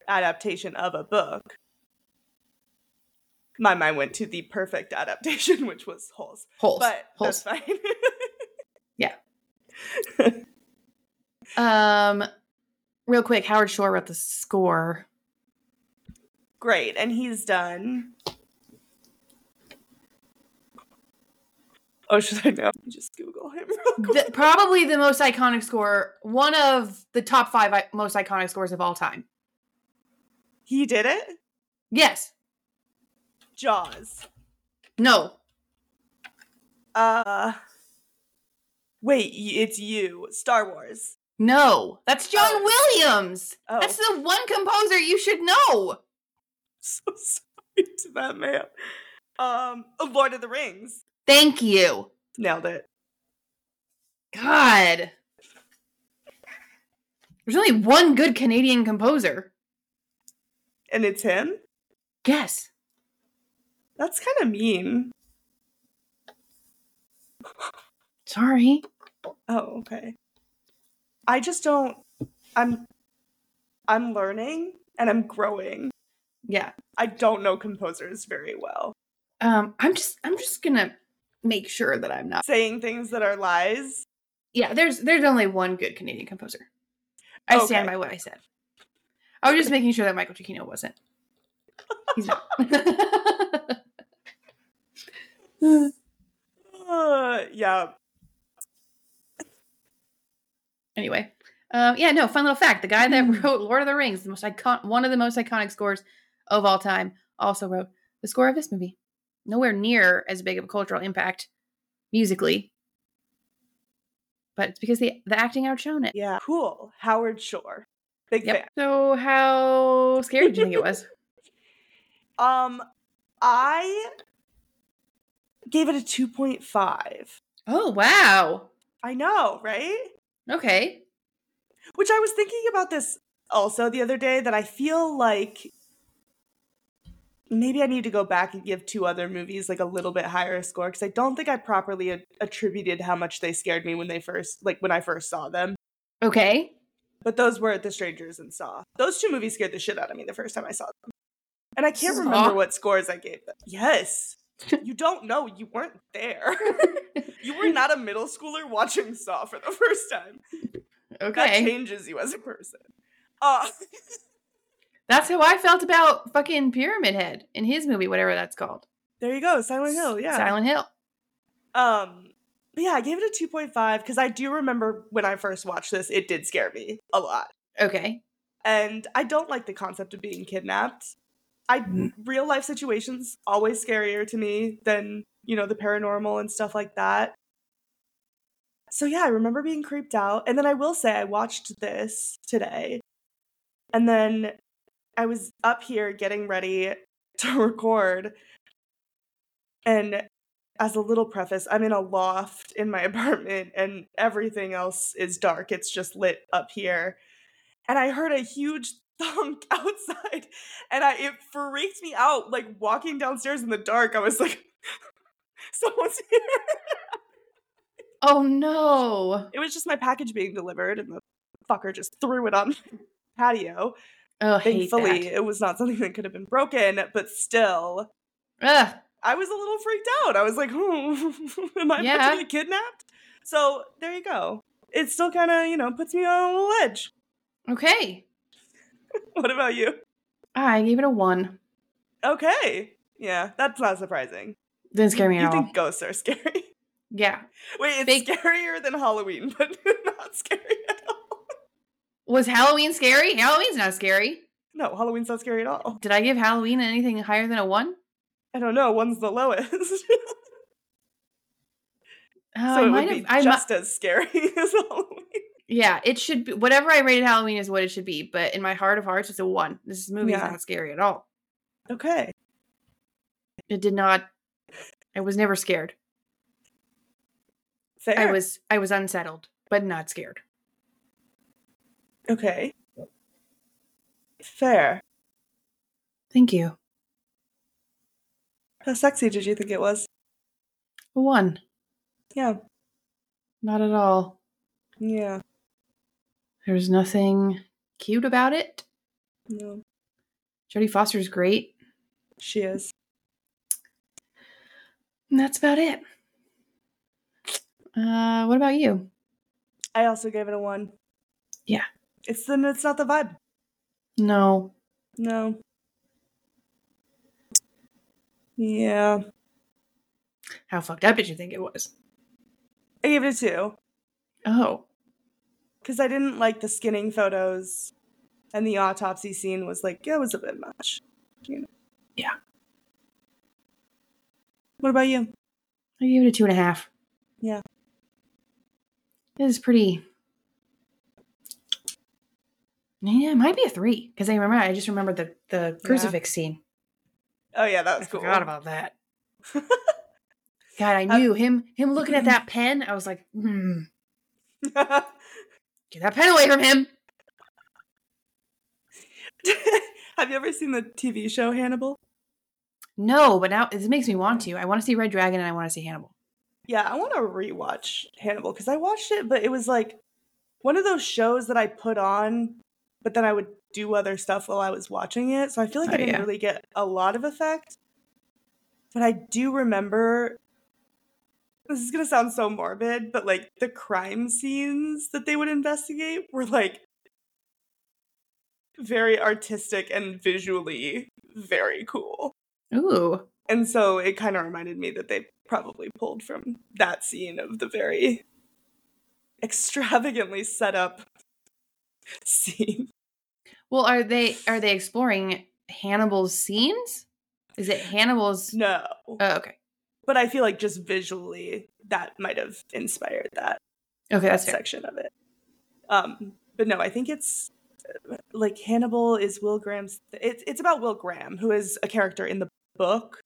adaptation of a book, my mind went to the perfect adaptation, which was Holes.
Holes.
But
Holes.
that's fine.
Um, real quick, Howard Shore wrote the score.
Great. And he's done. Oh, should I know? Let me Just Google him real quick.
The, probably the most iconic score, one of the top five I- most iconic scores of all time.
He did it?
Yes.
Jaws.
No.
Uh. Wait, y- it's you. Star Wars.
No. That's John
Oh.
Williams.
Oh.
That's the one composer you should know.
So sorry to that man. Um, oh, Lord of the Rings.
Thank you.
Nailed it.
God. There's only one good Canadian composer.
And it's him?
Yes.
That's kind of mean.
Sorry.
Oh, okay. I just don't I'm I'm learning and I'm growing.
Yeah.
I don't know composers very well.
Um, I'm just I'm just gonna make sure that I'm not
Saying things that are lies.
Yeah, there's there's only one good Canadian composer. I stand
Oh, Okay.
by what I said. I was just making sure that Michael Giacchino wasn't. He's not.
Uh, yeah.
anyway, um, yeah, no. Fun little fact: the guy that
Mm.
wrote Lord of the Rings, the most icon- one of the most iconic scores of all time, also wrote the score of this movie. Nowhere near as big of a cultural impact musically, but it's because the the acting outshone it.
Yeah. Cool. Howard Shore. Big fan.
Yep. So how scary did you think it was?
Um I gave it a 2.5.
oh wow.
I know, right?
Okay.
Which I was thinking about this also the other day that I feel like maybe I need to go back and give two other movies like a little bit higher score because I don't think I properly a- attributed how much they scared me when they first like when I first saw them.
Okay.
But those were The Strangers and Saw. Those two movies scared the shit out of me the first time I saw them. And I can't
Saw?
remember what scores I gave them. Yes. You don't know. You weren't there. you were not a middle schooler watching Saw for the first time. That
Okay.
changes you as a person. Uh,
That's how I felt about fucking Pyramid Head in his movie, whatever that's called.
there you go, Silent Hill. Oh, Yeah.
Silent Hill.
Um, but yeah, I gave it a two point five because I do remember when I first watched this, it did scare me a lot.
Okay.
And I don't like the concept of being kidnapped. I
Mm.
real life situations always scarier to me than, you know, the paranormal and stuff like that. So yeah, I remember being creeped out. And then I will say I watched this today. And then I was up here getting ready to record. And as a little preface, I'm in a loft in my apartment and everything else is dark. It's just lit up here. And I heard a huge thunk outside and I it freaked me out like walking downstairs in the dark. I was like someone's here.
Oh no.
It was just my package being delivered and the fucker just threw it on my patio.
Oh,
Thankfully,
hate
it was not something that could have been broken, but still
that. Ugh.
I was a little freaked out. I was like, hmm, am I about
Yeah.
to get kidnapped? So there you go. It still kind of, you know, puts me on a little edge.
Okay.
What about you?
I gave it a one.
Okay. Yeah, that's not surprising.
Didn't scare me at
you
all.
think ghosts are scary.
yeah.
Wait, it's
Fake-
scarier than Halloween, but not scary at all.
Was Halloween scary? Halloween's not scary.
No, Halloween's not scary at all.
Did I give Halloween anything higher than a one?
I don't know. One's the lowest.
Oh, I
so it
might
would
have.
be
I mi-
just as scary as Halloween.
yeah, it should be whatever I rated Halloween is what it should be. But in my heart of hearts, it's a one. This movie
Yeah.
is not scary at all.
Okay.
It did not. I was never scared.
Fair.
I was. I was unsettled, but not scared.
Okay. Fair.
Thank you.
How sexy did you think it was?
A one.
Yeah.
Not at all.
Yeah.
There was nothing cute about it.
No.
Jodie Foster's great.
She is.
And that's about it. Uh, what about you?
I also gave it a one.
Yeah.
It's then it's not the vibe.
No,
No. Yeah.
How fucked up did you think it was?
I gave it a two.
Oh.
because I didn't like the skinning photos, and the autopsy scene was like, yeah, it was a bit much. You know?
Yeah.
What about you?
I gave it a two and a half.
Yeah.
It is pretty. Yeah, it might be a three because I remember. I just remember the the crucifix scene.
Oh yeah, that
I
was cool. Um,
forgot about that. God, I knew him. Him looking at
mm-hmm.
that pen, I was like, hmm, get that pen away from him.
Have you ever seen the TV show Hannibal?
No, but now this makes me want to. I want to see Red Dragon and I want to see Hannibal.
Yeah, I want to rewatch Hannibal because I watched it, but it was like one of those shows that I put on, but then I would do other stuff while I was watching it. So I feel like
Oh,
I didn't
yeah.
really get a lot of effect. But I do remember this is going to sound so morbid, but like the crime scenes that they would investigate were like very artistic and visually very cool.
Ooh,
And so it kind of reminded me that they probably pulled from that scene of the very extravagantly set up scene.
Well, are they are they exploring Hannibal's scenes? Is it Hannibal's?
No.
Oh, okay,
But I feel like just visually that might have inspired that
okay, that's fair.
section of it. Um, but no, I think it's uh, like Hannibal is Will Graham's. It's it's about Will Graham, who is a character in the book.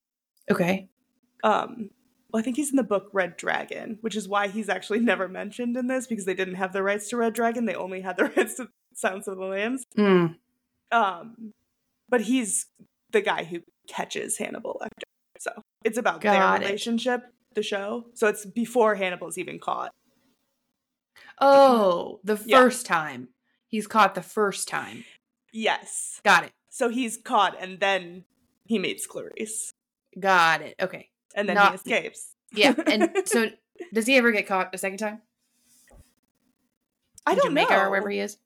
Okay,
um well, I think he's in the book Red Dragon, which is why he's actually never mentioned in this because they didn't have the rights to Red Dragon. They only had the rights to Silence of the Lambs.
Mm,
Um, but he's the guy who catches Hannibal Lecter. So it's about
Got it.
their relationship, the show. So it's before Hannibal's even caught.
Oh, the
Yeah.
first time he's caught the first time.
Yes.
Got it.
So he's caught and then he meets Clarice
Got it. Okay.
and then
Not-
he escapes.
Yeah. And so, does he ever get caught a second time?
I
In
don't
Jamaica
know.
or wherever he is.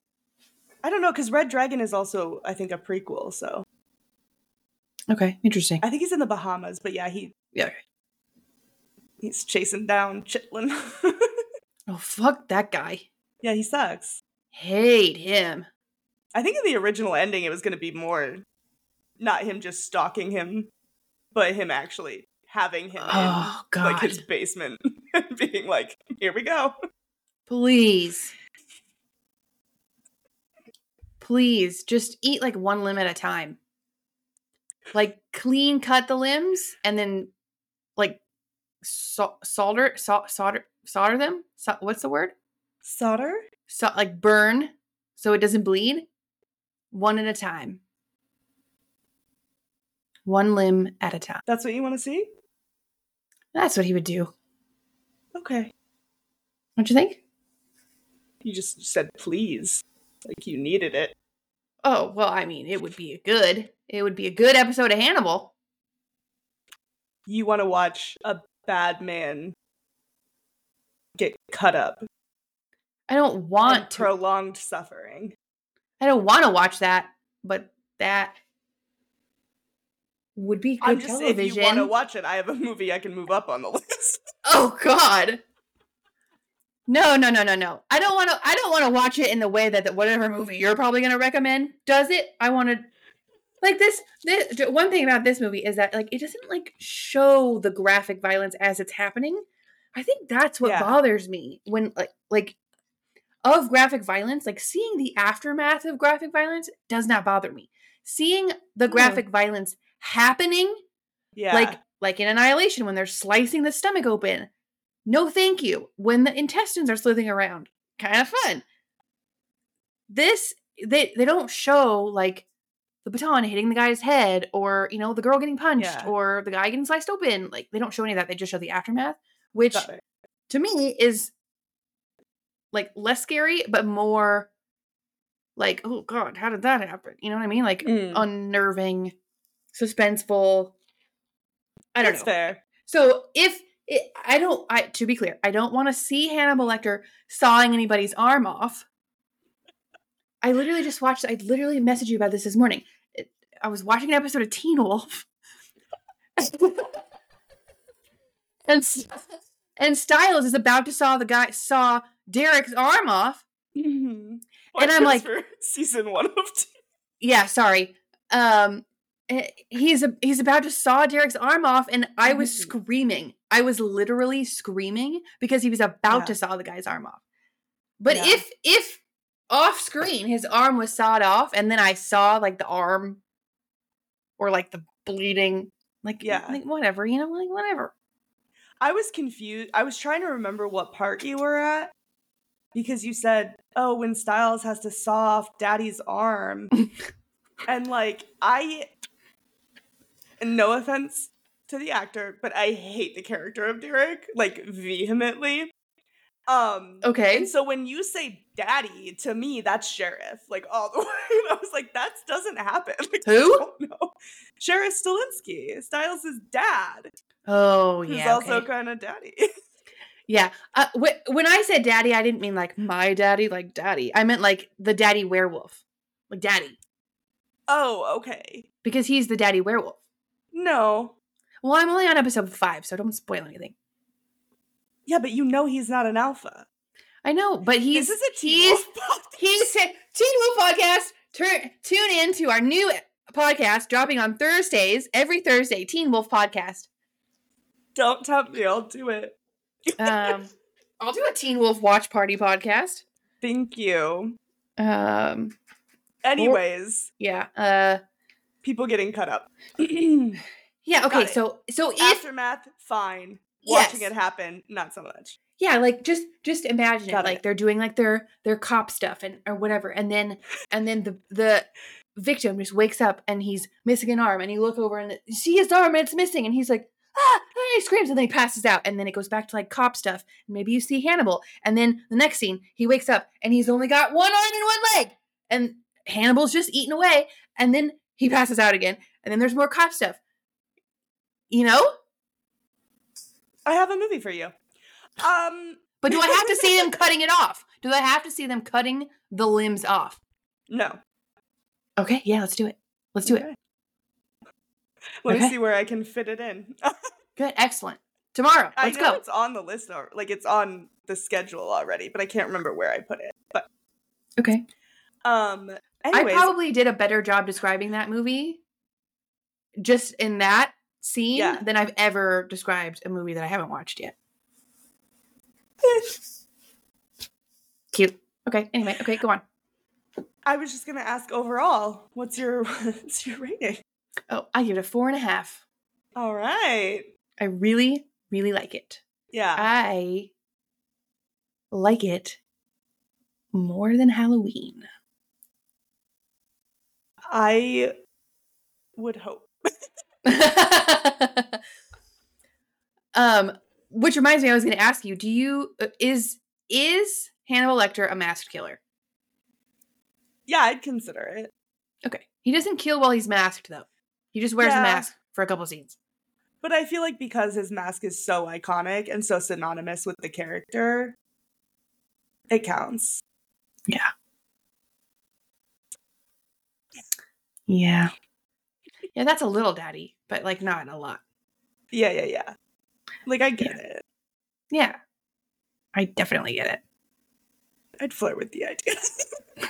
I don't know because Red Dragon is also, I think, a prequel. So
Okay. Interesting.
I think he's in the Bahamas, but yeah, he
Yeah.
he's chasing down Chitlin.
Oh fuck that guy.
yeah, he sucks.
Hate him.
I think in the original ending, it was going to be more not him just stalking him, but him actually having him
Oh
in
God!
like his basement and being like, "Here we go."
Please, please, just eat like one limb at a time. Like clean cut the limbs and then like sol- solder sol- solder solder them. So- what's the word?
Solder.
So like burn so it doesn't bleed. One at a time. One limb at a time.
That's what you want to see.
That's what he would do.
Okay.
Don't you think?
You just said please, like you needed it.
Oh, well, I mean, it would be a good. It would be a good episode of Hannibal.
You want to watch a bad man get cut up
I don't
on
want to.
prolonged suffering.
I don't want to watch that, but that would be good
I'm just if you
television.
want to watch it, I have a movie I can move up on the list.
oh God. No, no, no, no, no. I don't want to. I don't want to watch it in the way that the, whatever movie you're probably going to recommend does it. I want to. Like this, this one thing about this movie is that like it doesn't like show the graphic violence as it's happening. I think that's what
Yeah.
bothers me when like like of graphic violence, like seeing the aftermath of graphic violence does not bother me. Seeing the
Hmm.
graphic violence happening
yeah,
like like in annihilation when they're slicing the stomach open no thank you when the intestines are slithing around kind of fun this they they don't show like the baton hitting the guy's head or you know the girl getting punched
Yeah.
or the guy getting sliced open like they don't show any of that they just show the aftermath which
Got it.
to me is like less scary but more like oh god how did that happen you know what i mean like
Mm.
unnerving suspenseful i don't
That's
know
fair.
so if it, i don't i to be clear i don't want to see hannibal lecter sawing anybody's arm off i literally just watched i literally messaged you about this this morning It- i was watching an episode of teen wolf and S- and styles is about to saw the guy saw derek's arm off
Mm-hmm. Watch
I'm
this
like-
for season one of two.
yeah sorry um eh, he's a, he's about to saw derek's arm off and i was
Mhm.
screaming i was literally screaming because he was about
Yeah.
to saw the guy's arm off but
Yeah.
if if off screen his arm was sawed off and then i saw like the arm or like the bleeding like yeah
Yeah.
like whatever you know like whatever
I was confused. I was trying to remember what part you were at because you said, "Oh, when Styles has to saw off Daddy's arm," and like I, and no offense to the actor, but I hate the character of Derek like vehemently. Um.
okay
And so when you say daddy, to me, that's sheriff, like all the way. And I was like, that doesn't happen. Like, I
Who?
don't know. Sheriff Stalinsky, Styles' dad,
oh
who's
yeah
also
okay.
kind of daddy.
yeah uh, wh- when i said daddy i didn't mean like my daddy like daddy i meant like the daddy werewolf like daddy
oh, okay.
because he's the daddy werewolf.
No.
Well, I'm only on episode five, so don't spoil anything.
Yeah, but you know he's not an alpha.
I know, but he's
this is a Teen
he's
Wolf podcast.
he's Teen Wolf podcast. Turn tune in to our new podcast dropping on Thursdays every Thursday. Teen Wolf podcast.
Don't tempt me. I'll do it.
Um, I'll do a Teen Wolf watch party podcast.
Thank you.
Um,
Anyways,
yeah, uh,
people getting cut up.
yeah. Okay,
it.
so so if
Aftermath, fine. Watching
Yes.
it happen, not so much.
yeah like just just imagine
Got
it like
it.
they're doing like their their cop stuff and or whatever and then and then the the victim just wakes up and he's missing an arm and you look over and you see his arm and it's missing and he's like ah and he screams and then he passes out and then it goes back to like cop stuff and maybe you see hannibal and then the next scene he wakes up and he's only got one arm and one leg and hannibal's just eating away and then he passes out again and then there's more cop stuff you know
I have a movie for you. Um,
But do I have to see them cutting it off? Do I have to see them cutting the limbs off?
no.
Okay, yeah, let's do it. Let's do it.
Okay. Let me
Okay.
see where I can fit it in.
Good, excellent. Tomorrow,
I
let's
know
go.
it's on the list, or, like it's on the schedule already, but I can't remember where I put it.
Okay.
Um,
I
Anyways,
probably did a better job describing that movie just in that scene
Yeah.
than I've ever described a movie that I haven't watched yet. Cute. Okay. Anyway. Okay. Go on.
I was just gonna ask overall, what's your what's your rating?
Oh, I give it a four and a half.
All right.
I really, really like it.
Yeah.
I like it more than Halloween.
I would hope.
um, which reminds me, I was going to ask you: Do you uh, is is Hannibal Lecter a masked killer?
Yeah, I'd consider it.
Okay, he doesn't kill while he's masked though. He just wears
Yeah.
a mask for a couple scenes.
But I feel like because his mask is so iconic and so synonymous with the character, it counts.
Yeah, yeah, that's a little daddy, but like not a lot.
Yeah, yeah, yeah. Like I get it.
Yeah, I definitely get it.
I'd flirt with the idea.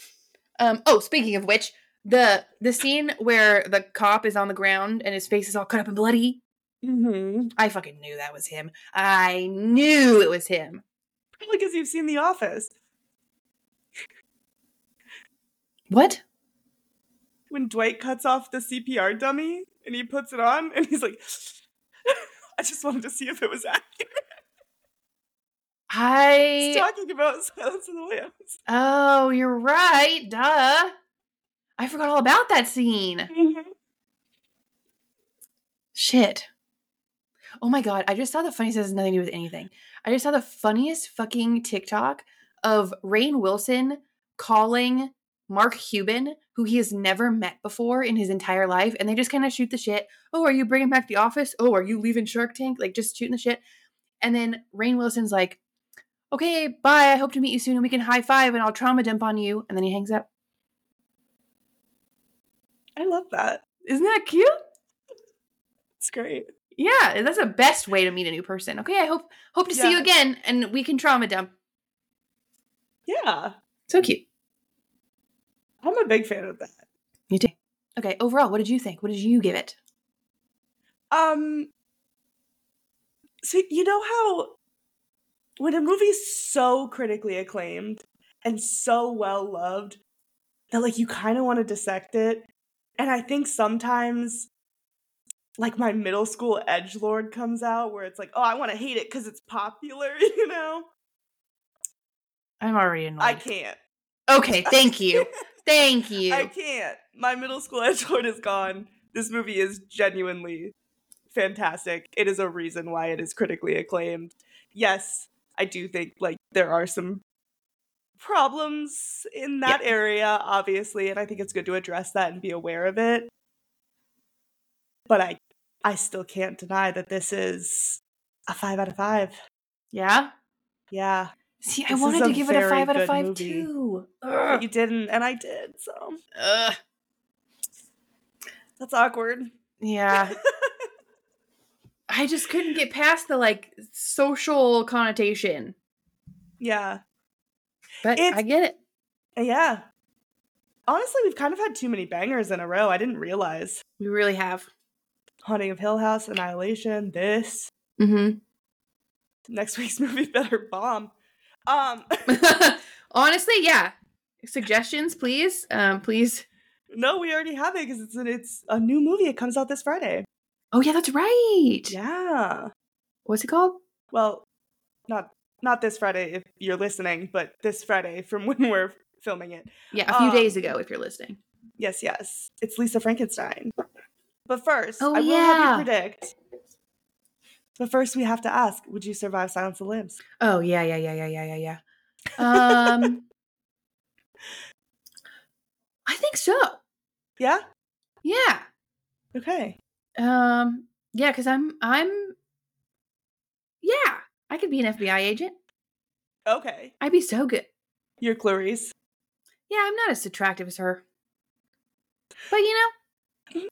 um, oh, speaking of which, the the scene where the cop is on the ground and his face is all cut up and bloody.
mm-hmm.
I fucking knew that was him. I knew it was him.
Probably because you've seen The Office.
What?
When Dwight cuts off the CPR dummy and he puts it on and he's like, I just wanted to see if it was accurate. He's
I
talking about Silence of the Lambs.
Oh, you're right. Duh. I forgot all about that scene. Shit. Oh my god, I just saw the funniest this has nothing to do with anything. I just saw the funniest fucking TikTok of Rain Wilson calling Mark Cuban, who he has never met before in his entire life, and they just kind of shoot the shit. Oh, are you bringing back the office? Oh, are you leaving Shark Tank? Like just shooting the shit. And then Rain Wilson's like, "Okay, bye. I hope to meet you soon, and we can high five, and I'll trauma dump on you." And then he hangs up.
I love that.
Isn't that cute?
It's great.
Yeah, that's the best way to meet a new person. Okay, I hope hope to see you
Yeah.
again, and we can trauma dump.
Yeah.
So cute.
I'm a big fan of that.
You do. Okay, overall, what did you think? What did you give it?
Um So you know how when a movie's so critically acclaimed and so well loved that like you kind of want to dissect it and I think sometimes like my middle school edge lord comes out where it's like, "Oh, I want to hate it cuz it's popular," you know?
I'm already annoyed.
I can't.
Okay, thank you. thank you.
I can't. My middle school edgelord is gone. This movie is genuinely fantastic. It is a reason why it is critically acclaimed. Yes, I do think like there are some problems in that area, obviously, and I think it's good to address that and be aware of it. But I I still can't deny that this is a five out of five.
yeah.
Yeah.
See, I
This is
wanted to
a
give it a
very
five out of
good
five
movie.
too.
But
Ugh.
you didn't, and I did, so
Ugh.
that's awkward.
Yeah. I just couldn't get past the like social connotation,
Yeah.
but
It's-
I get it.
Yeah. Honestly, we've kind of had too many bangers in a row. I didn't realize.
We really have.
Haunting of Hill House, Annihilation, this.
Mm-hmm.
Next week's movie better bomb. Um
Honestly, yeah. Suggestions, please. Um, please.
no, we already have it because it's an, it's a new movie. It comes out this Friday.
Oh yeah, that's right.
Yeah.
What's it called?
Well, not not this Friday if you're listening, but this Friday from when we're filming it.
Yeah, a few days
Um,
ago, if you're listening.
Yes, yes. It's Lisa Frankenstein. But first,
Oh,
I will help
yeah.
you predict. But first we have to ask, would you survive Silence of the Lambs?
Oh yeah, yeah, yeah, yeah, yeah, yeah, yeah. Um, I think so.
Yeah?
Yeah.
Okay.
Um. Yeah, because I'm. I'm. Yeah, I could be an FBI agent.
Okay.
I'd be so good.
You're Clarice.
Yeah, I'm not as attractive as her. But you know,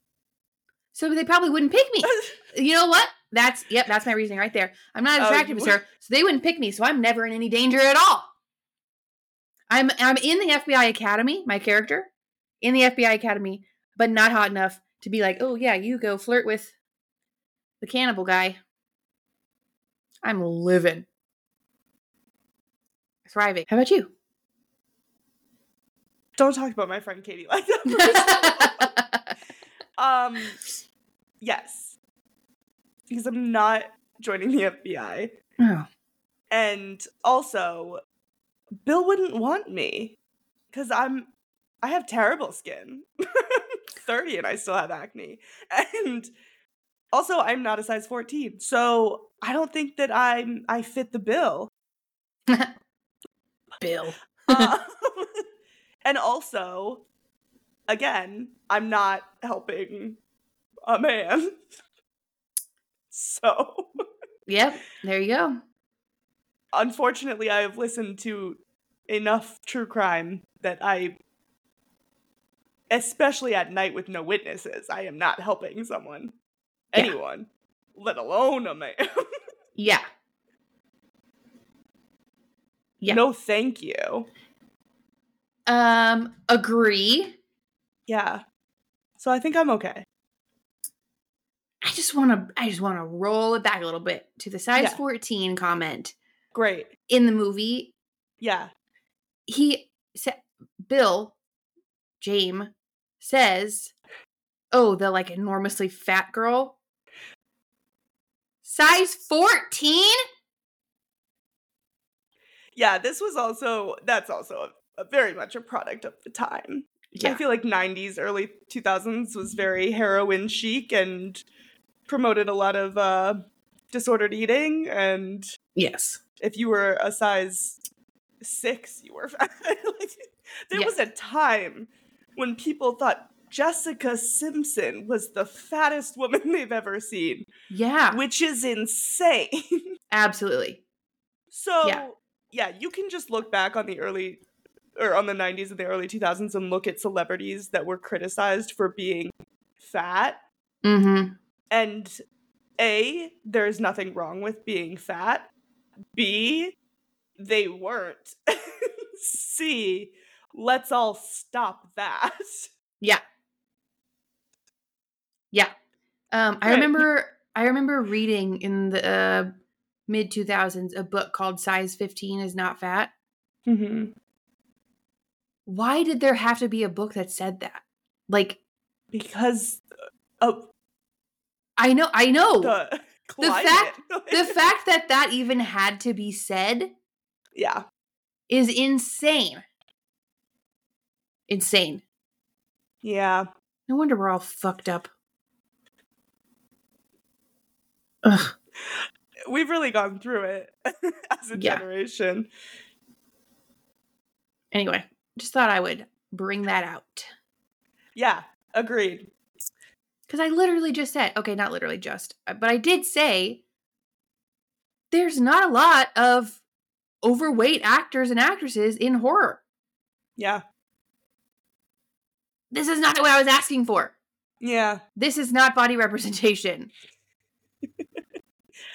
so they probably wouldn't pick me. You know what? That's yep. That's my reasoning right there. I'm not
Oh,
attractive
you
as her, so they wouldn't pick me. So I'm never in any danger at all. I'm I'm in the FBI Academy, my character, in the FBI Academy, but not hot enough to be like, oh yeah, you go flirt with the cannibal guy. I'm living. Thriving. How about you?
Don't talk about my friend Katie like that. um, yes, because I'm not joining the FBI,
oh.
and also Bill wouldn't want me because I'm I have terrible skin. Thirty and I still have acne, and also I'm not a size fourteen, so I don't think that I'm I fit the bill.
Bill.
Um, and also, again, I'm not helping a man. So,
Yep, there you go.
unfortunately, I have listened to enough true crime that I, especially at night with no witnesses, I am not helping someone,
Yeah.
anyone, let alone a man.
Yeah. Yeah.
no, thank you.
Um, agree.
Yeah. So I think I'm okay.
I just want to I just want to roll it back a little bit to the size
Yeah.
14 comment
Great.
in the movie.
Yeah.
He said Bill James says, "Oh, the like enormously fat girl." Size 14?
Yeah. This was also, that's also a, a very much a product of the time. I feel like 90s, early 2000s was very heroin chic and promoted a lot of uh, disordered eating. And
Yes.
if you were a size six, you were fat. Like, there
Yeah.
was a time when people thought Jessica Simpson was the fattest woman they've ever seen,
Yeah.
which is insane.
Absolutely.
So
Yeah.
yeah. you can just look back on the early or on the 90s and the early 2000s and look at celebrities that were criticized for being fat
Mhm.
and A there's nothing wrong with being fat. B they weren't. C let's all stop that.
Yeah. Yeah. Um, I
Right.
remember I remember reading in the uh, mid 2000s a book called Size 15 is Not Fat. Mm-hmm.
Mhm.
Why did there have to be a book that said that? Like
Because of
I know I know the, Oh.
the
The
climate.
fact- fact that that even had to be said
yeah.
is insane. Insane.
Yeah.
No wonder we're all fucked up. Ugh.
We've really gone through it as a
Yeah.
generation.
Anyway, just thought I would bring that out.
Yeah, agreed.
Because I literally just said, okay, not literally just, uh, but I did say there's not a lot of overweight actors and actresses in horror.
Yeah.
This is not what I was asking for.
Yeah.
This is not body representation.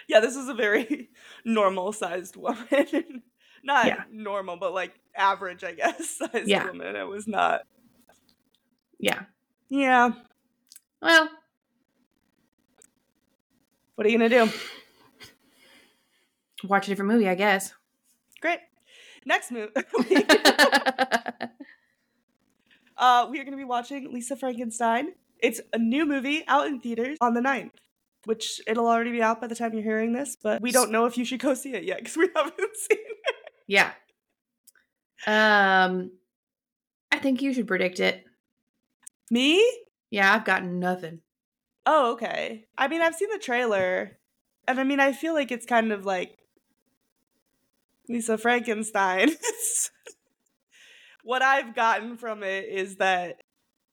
Yeah, this is a very normal sized woman. not
Yeah.
normal, but like average, I guess, sized
Yeah.
woman. It was not.
Yeah.
Yeah.
Well,
What are you going to do?
watch a different movie, I guess.
Great. Next move.
okay.
uh, we are going to be watching Lisa Frankenstein. It's a new movie out in theaters on the 9th, which it'll already be out by the time you're hearing this, but we don't know if you should go see it yet because we haven't seen it.
Yeah. Um I think you should predict it.
Me?
Yeah, I've gotten nothing.
Oh, okay. I mean, I've seen the trailer, and I mean, I feel like it's kind of like Lisa Frankenstein. It's- what I've gotten from it is that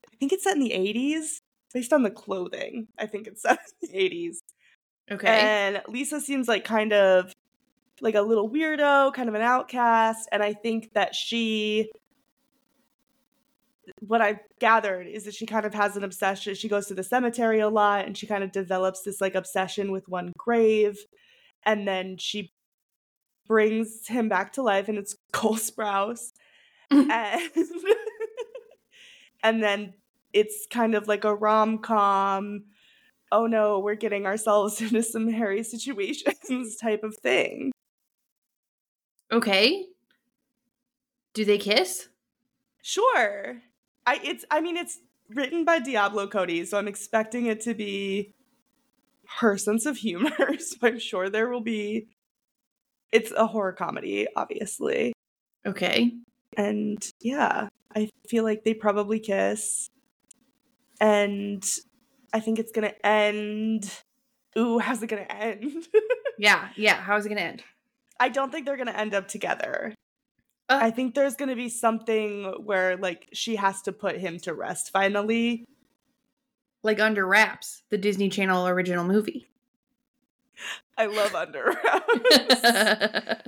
I think it's set in the 80s, based on the clothing. I think it's set in the 80s.
Okay.
And Lisa seems like kind of like a little weirdo, kind of an outcast. And I think that she, what I've gathered is that she kind of has an obsession. She goes to the cemetery a lot and she kind of develops this like obsession with one grave. And then she brings him back to life and it's Cole Sprouse. and and then it's kind of like a rom com. Oh no, we're getting ourselves into some hairy situations type of thing.
Okay. Do they kiss?
Sure, I it's I mean it's written by Diablo Cody, so I'm expecting it to be her sense of humor. So I'm sure there will be. It's a horror comedy, obviously.
Okay.
and yeah, I feel like they probably kiss. And I think it's gonna end. Ooh, how's it gonna end?
Yeah, yeah. How is it going to end?
I don't think they're gonna end up together.
Uh.
I think there's gonna be something where like she has to put him to rest finally.
Like Under Wraps, the Disney Channel original movie.
I love Under Wraps.
yes.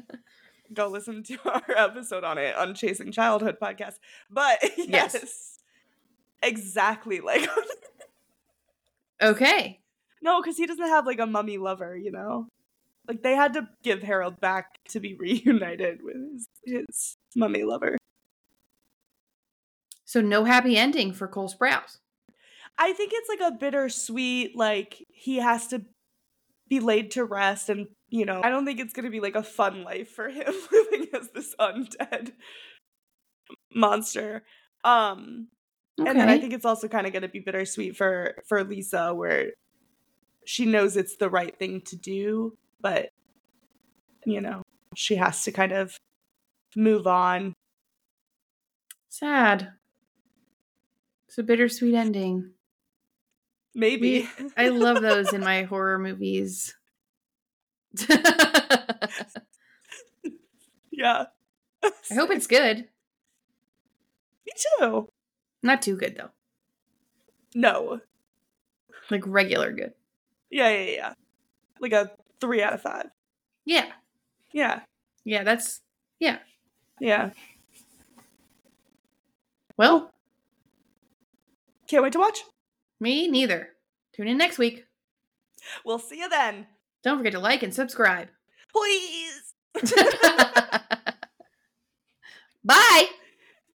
Go listen to our episode on it on Chasing Childhood podcast. But yes,
Yes.
exactly like
Okay.
No, because he doesn't have like a mummy lover, you know? Like they had to give Harold back to be reunited with his, his mummy lover.
So no happy ending for Cole Sprouse.
I think it's like a bittersweet, like he has to be laid to rest and you know, I don't think it's gonna be like a fun life for him living as this undead monster. Um and then I think it's also kind of going to be bittersweet for for Lisa, where she knows it's the right thing to do, but you know she has to kind of move on.
sad. It's a bittersweet ending.
Maybe
I love those in my horror movies.
yeah.
I hope it's good.
me too.
Not too good though.
No,
Like regular good.
yeah, yeah, yeah, like a three out of five.
Yeah.
Yeah,
Yeah, that's
yeah.
well,
Can't wait to watch.
me neither. Tune in next week.
We'll see you then.
Don't forget to like and subscribe.
Please.
Bye.